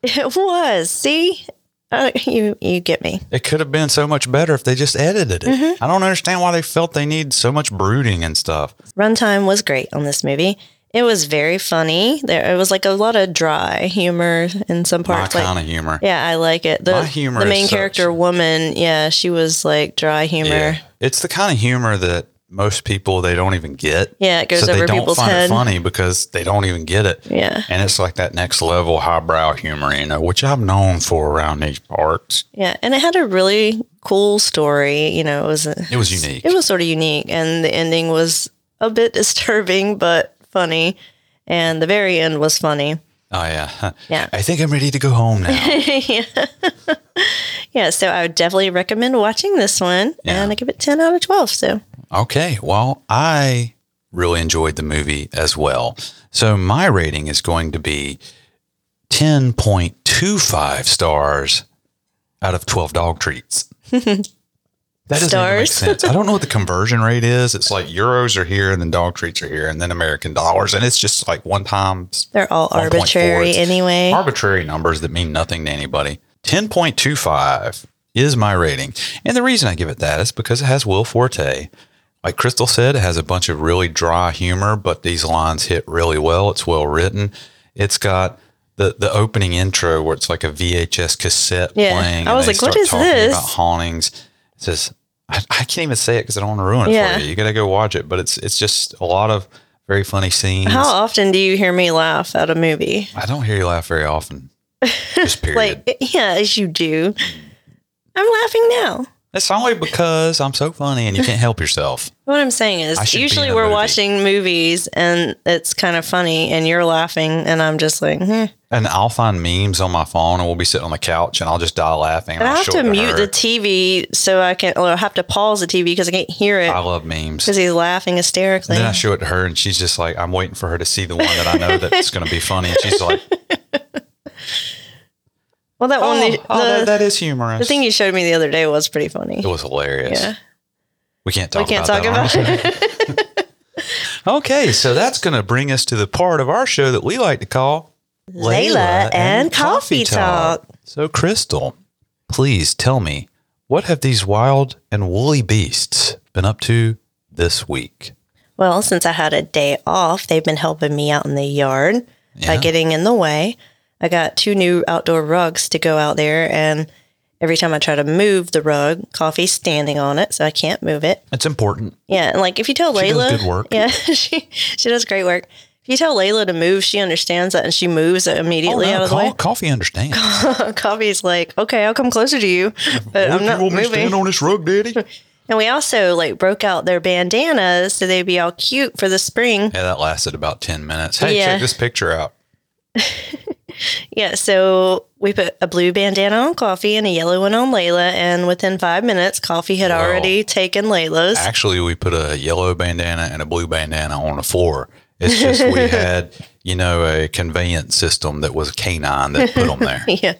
Speaker 2: It was. See? Uh, you you get me.
Speaker 1: it could have been so much better if they just edited it.
Speaker 2: Mm-hmm.
Speaker 1: I don't understand why they felt they need so much brooding and stuff.
Speaker 2: Runtime was great on this movie. It was very funny. There it was like a lot of dry humor in some
Speaker 1: My
Speaker 2: parts. like,
Speaker 1: kind of humor.
Speaker 2: Yeah, I like it. The,
Speaker 1: My humor
Speaker 2: the
Speaker 1: is
Speaker 2: main
Speaker 1: such-
Speaker 2: character woman, yeah, she was like dry humor. Yeah,
Speaker 1: It's the kind of humor that most people they don't even get.
Speaker 2: it goes
Speaker 1: so
Speaker 2: over
Speaker 1: they don't
Speaker 2: people's
Speaker 1: find
Speaker 2: head.
Speaker 1: it funny because they don't even get it.
Speaker 2: Yeah.
Speaker 1: And it's like that next level highbrow humor, you know, which I'm known for around these parts.
Speaker 2: Yeah, and it had a really cool story, you know, it was a,
Speaker 1: It was unique.
Speaker 2: it was sort of unique and the ending was a bit disturbing but funny and the very end was funny.
Speaker 1: oh yeah.
Speaker 2: Yeah.
Speaker 1: I think I'm ready to go home now.
Speaker 2: Yeah, so I would definitely recommend watching this one and I give it 10 out of 12, so
Speaker 1: Okay. Well, I really enjoyed the movie as well. So my rating is going to be 10.25 stars out of 12 dog treats. That doesn't even make
Speaker 2: Stars.
Speaker 1: sense. I don't know what the conversion rate is. It's like euros are here, and then dog treats are here, and then American dollars, and it's just like one time
Speaker 2: They're all
Speaker 1: 1.4.
Speaker 2: arbitrary
Speaker 1: It's
Speaker 2: anyway.
Speaker 1: Arbitrary numbers that mean nothing to anybody. 10.25 is my rating. And the reason I give it that is because it has Will Forte. Like Crystal said, it has a bunch of really dry humor, but these lines hit really well. It's well written. It's got the, the opening intro where it's like a VHS cassette
Speaker 2: Yeah.
Speaker 1: playing.
Speaker 2: I was
Speaker 1: and they
Speaker 2: like, what
Speaker 1: start
Speaker 2: is
Speaker 1: talking
Speaker 2: this?
Speaker 1: About hauntings. It says, I, I can't even say it because I don't want to ruin it
Speaker 2: Yeah.
Speaker 1: for you. You got to go watch it. But it's it's just a lot of very funny scenes.
Speaker 2: How often do you hear me laugh at a movie?
Speaker 1: I don't hear you laugh very often. Just period.
Speaker 2: Like, yeah, as you do. I'm laughing now.
Speaker 1: it's only because I'm so funny and you can't help yourself.
Speaker 2: What I'm saying
Speaker 1: I
Speaker 2: is,
Speaker 1: should be
Speaker 2: usually
Speaker 1: in a
Speaker 2: we're
Speaker 1: movie.
Speaker 2: watching movies and it's kind of funny, and you're laughing, and I'm just like, hmm.
Speaker 1: And I'll find memes on my phone and we'll be sitting on the couch and I'll just die laughing.
Speaker 2: and I
Speaker 1: I'll
Speaker 2: have
Speaker 1: show
Speaker 2: to
Speaker 1: it to
Speaker 2: mute
Speaker 1: her.
Speaker 2: the TV so I can, or I have to pause the TV because I can't hear it
Speaker 1: I love memes.
Speaker 2: because he's laughing hysterically.
Speaker 1: Oh. Then I show it to her and she's just like, I'm waiting for her to see the one that I know that's going to be funny. And she's like,
Speaker 2: Well, that one,
Speaker 1: oh,
Speaker 2: the,
Speaker 1: oh,
Speaker 2: the,
Speaker 1: that- that is humorous.
Speaker 2: the thing you showed me the other day was pretty funny.
Speaker 1: it was hilarious.
Speaker 2: Yeah.
Speaker 1: We can't
Speaker 2: We
Speaker 1: talk
Speaker 2: can't
Speaker 1: about
Speaker 2: talk
Speaker 1: that. on
Speaker 2: about
Speaker 1: our
Speaker 2: it.
Speaker 1: show. okay, so that's going to bring us to the part of our show that we like to call
Speaker 2: Layla and Coffee Talk.
Speaker 1: So, Crystal, please tell me what have these wild and woolly beasts been up to this week?
Speaker 2: Well, since I had a day off, they've been helping me out in the yard
Speaker 1: Yeah.
Speaker 2: by getting in the way. I got two new outdoor rugs to go out there, and every time I try to move the rug, coffee's standing on it, so I can't move it.
Speaker 1: It's important.
Speaker 2: Yeah, and like if you tell
Speaker 1: She does
Speaker 2: Layla,
Speaker 1: good work.
Speaker 2: yeah, she she does great work. If you tell Layla to move, she understands that, and she moves immediately out of
Speaker 1: Oh, co- coffee understands.
Speaker 2: the way. Coffee's like, okay, I'll come closer to you, but I'm not moving.
Speaker 1: on this rug, Daddy? yeah,
Speaker 2: And we also like broke out their bandanas so they'd be all cute for the spring.
Speaker 1: that lasted about 10 minutes. Hey,
Speaker 2: Yeah.
Speaker 1: check this picture out.
Speaker 2: Yeah, so we put a blue bandana on Coffee and a yellow one on Layla, and within five minutes, Coffee had
Speaker 1: Wow.
Speaker 2: already taken Layla's.
Speaker 1: Actually, we put a yellow bandana and a blue bandana on the floor. It's just we had, you know, a conveyance system that was canine that put them there.
Speaker 2: yeah,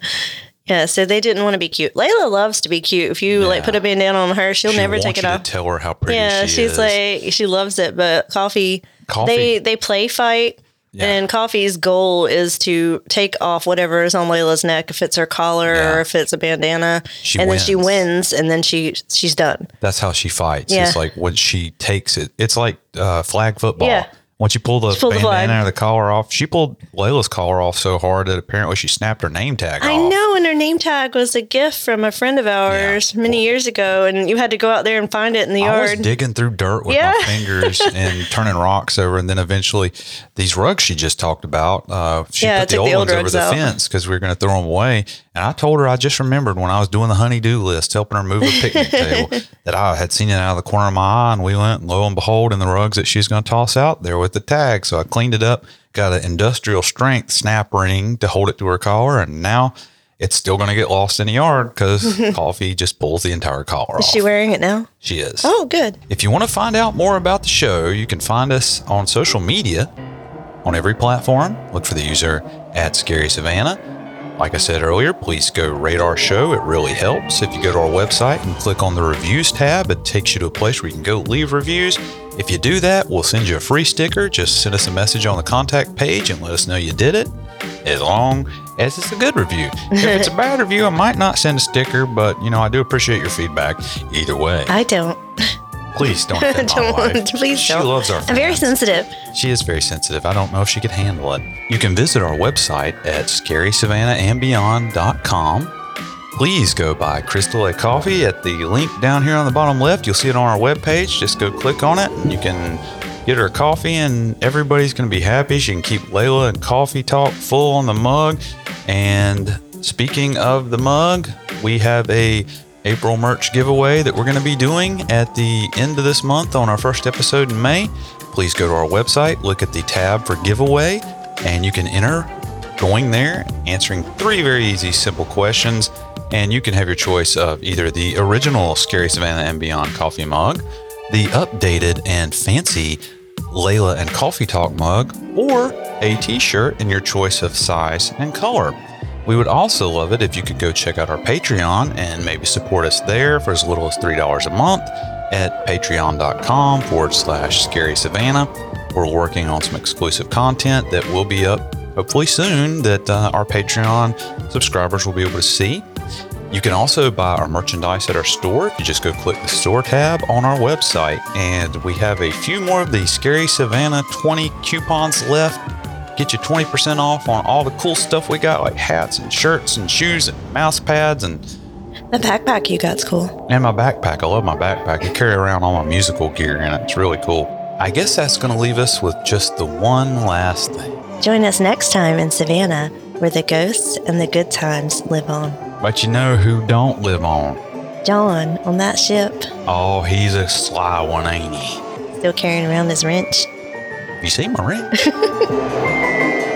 Speaker 2: yeah. So they didn't want to be cute. Layla loves to be cute. If you like
Speaker 1: Yeah.
Speaker 2: put a bandana on her, she'll
Speaker 1: She
Speaker 2: never
Speaker 1: wants
Speaker 2: take it
Speaker 1: you
Speaker 2: off.
Speaker 1: To tell her how pretty
Speaker 2: Yeah,
Speaker 1: she
Speaker 2: she's
Speaker 1: is.
Speaker 2: like she loves it. But Coffee,
Speaker 1: Coffee.
Speaker 2: they they play fight.
Speaker 1: Yeah.
Speaker 2: And Coffee's goal is to take off whatever is on Layla's neck, if it's her collar
Speaker 1: Yeah.
Speaker 2: or if it's a bandana,
Speaker 1: She
Speaker 2: and then she
Speaker 1: wins.
Speaker 2: wins, and then she she's done.
Speaker 1: That's how she fights.
Speaker 2: Yeah.
Speaker 1: It's like when she takes it, it's like uh, flag football.
Speaker 2: Yeah.
Speaker 1: Once you pull the
Speaker 2: pulled the
Speaker 1: bandana
Speaker 2: flag.
Speaker 1: or the collar off, she pulled Layla's collar off so hard that apparently she snapped her name tag
Speaker 2: I
Speaker 1: off.
Speaker 2: know, and her name tag was a gift from a friend of ours many years ago, and you had to go out there and find it in the
Speaker 1: I was
Speaker 2: yard.
Speaker 1: digging through dirt with
Speaker 2: Yeah.
Speaker 1: my fingers and turning rocks over, and then eventually these rugs she just talked about. Uh, she
Speaker 2: Yeah, I
Speaker 1: put the
Speaker 2: took
Speaker 1: old,
Speaker 2: the old
Speaker 1: ones over
Speaker 2: rugs
Speaker 1: the
Speaker 2: out.
Speaker 1: fence because we were going to throw them away. And I told her I just remembered when I was doing the honey-do list, helping her move a picnic table, that I had seen it out of the corner of my eye. And we went, and lo and behold, in the rugs that she's going to toss out there with the tag. So I cleaned it up, got an industrial strength snap ring to hold it to her collar, and now. It's still going to get lost in the yard because coffee just pulls the entire collar off.
Speaker 2: Is she wearing it now?
Speaker 1: she is.
Speaker 2: Oh, good.
Speaker 1: If you want to find out more about the show, you can find us on social media on every platform. Look for the user at Scary Savannah. Like I said earlier, please go rate our show. It really helps. If you go to our website and click on the reviews tab, it takes you to a place where you can go leave reviews. If you do that, we'll send you a free sticker. Just send us a message on the contact page and let us know you did it, as long as it's a good review. If it's a bad review, I might not send a sticker, but you know, I do appreciate your feedback either way.
Speaker 2: I don't.
Speaker 1: Please don't offend my
Speaker 2: Don't-
Speaker 1: wife.
Speaker 2: please
Speaker 1: she
Speaker 2: don't.
Speaker 1: loves our
Speaker 2: I'm very
Speaker 1: fans.
Speaker 2: sensitive.
Speaker 1: She is very sensitive. I don't know if she could handle it. You can visit our website at scarysavannahambeyond.com. Please go buy Crystal a coffee at the link down here on the bottom left. You'll see it on our webpage. Just go click on it and you can get her a coffee and everybody's going to be happy. She can keep Layla and coffee talk full on the mug. And speaking of the mug, we have a April merch giveaway that we're going to be doing at the end of this month on our first episode in May. Please go to our website, look at the tab for giveaway, and you can enter going there, answering three very easy, simple questions. And you can have your choice of either the original Scary Savannah and Beyond coffee mug, the updated and fancy Layla and Coffee Talk mug, or a t shirt in your choice of size and color. We would also love it if you could go check out our Patreon and maybe support us there for as little as $3 a month at patreon.com forward slash scary savannah. We're working on some exclusive content that will be up hopefully soon that uh, our Patreon subscribers will be able to see. You can also buy our merchandise at our store. If you just go click the store tab on our website, and we have a few more of the Scary Savannah 20 coupons left get you 20% off on all the cool stuff we got, like hats and shirts and shoes and mouse pads and,
Speaker 2: The backpack you got's cool.
Speaker 1: and my backpack. I love my backpack. I carry around all my musical gear in it. It's really cool. I guess that's going to leave us with just the one last thing.
Speaker 2: Join us next time in Savannah, where the ghosts and the good times live on.
Speaker 1: But you know who don't live on?
Speaker 2: John on that ship,
Speaker 1: Oh, he's a sly one, ain't he?
Speaker 2: still carrying around his wrench.
Speaker 1: You see my ring?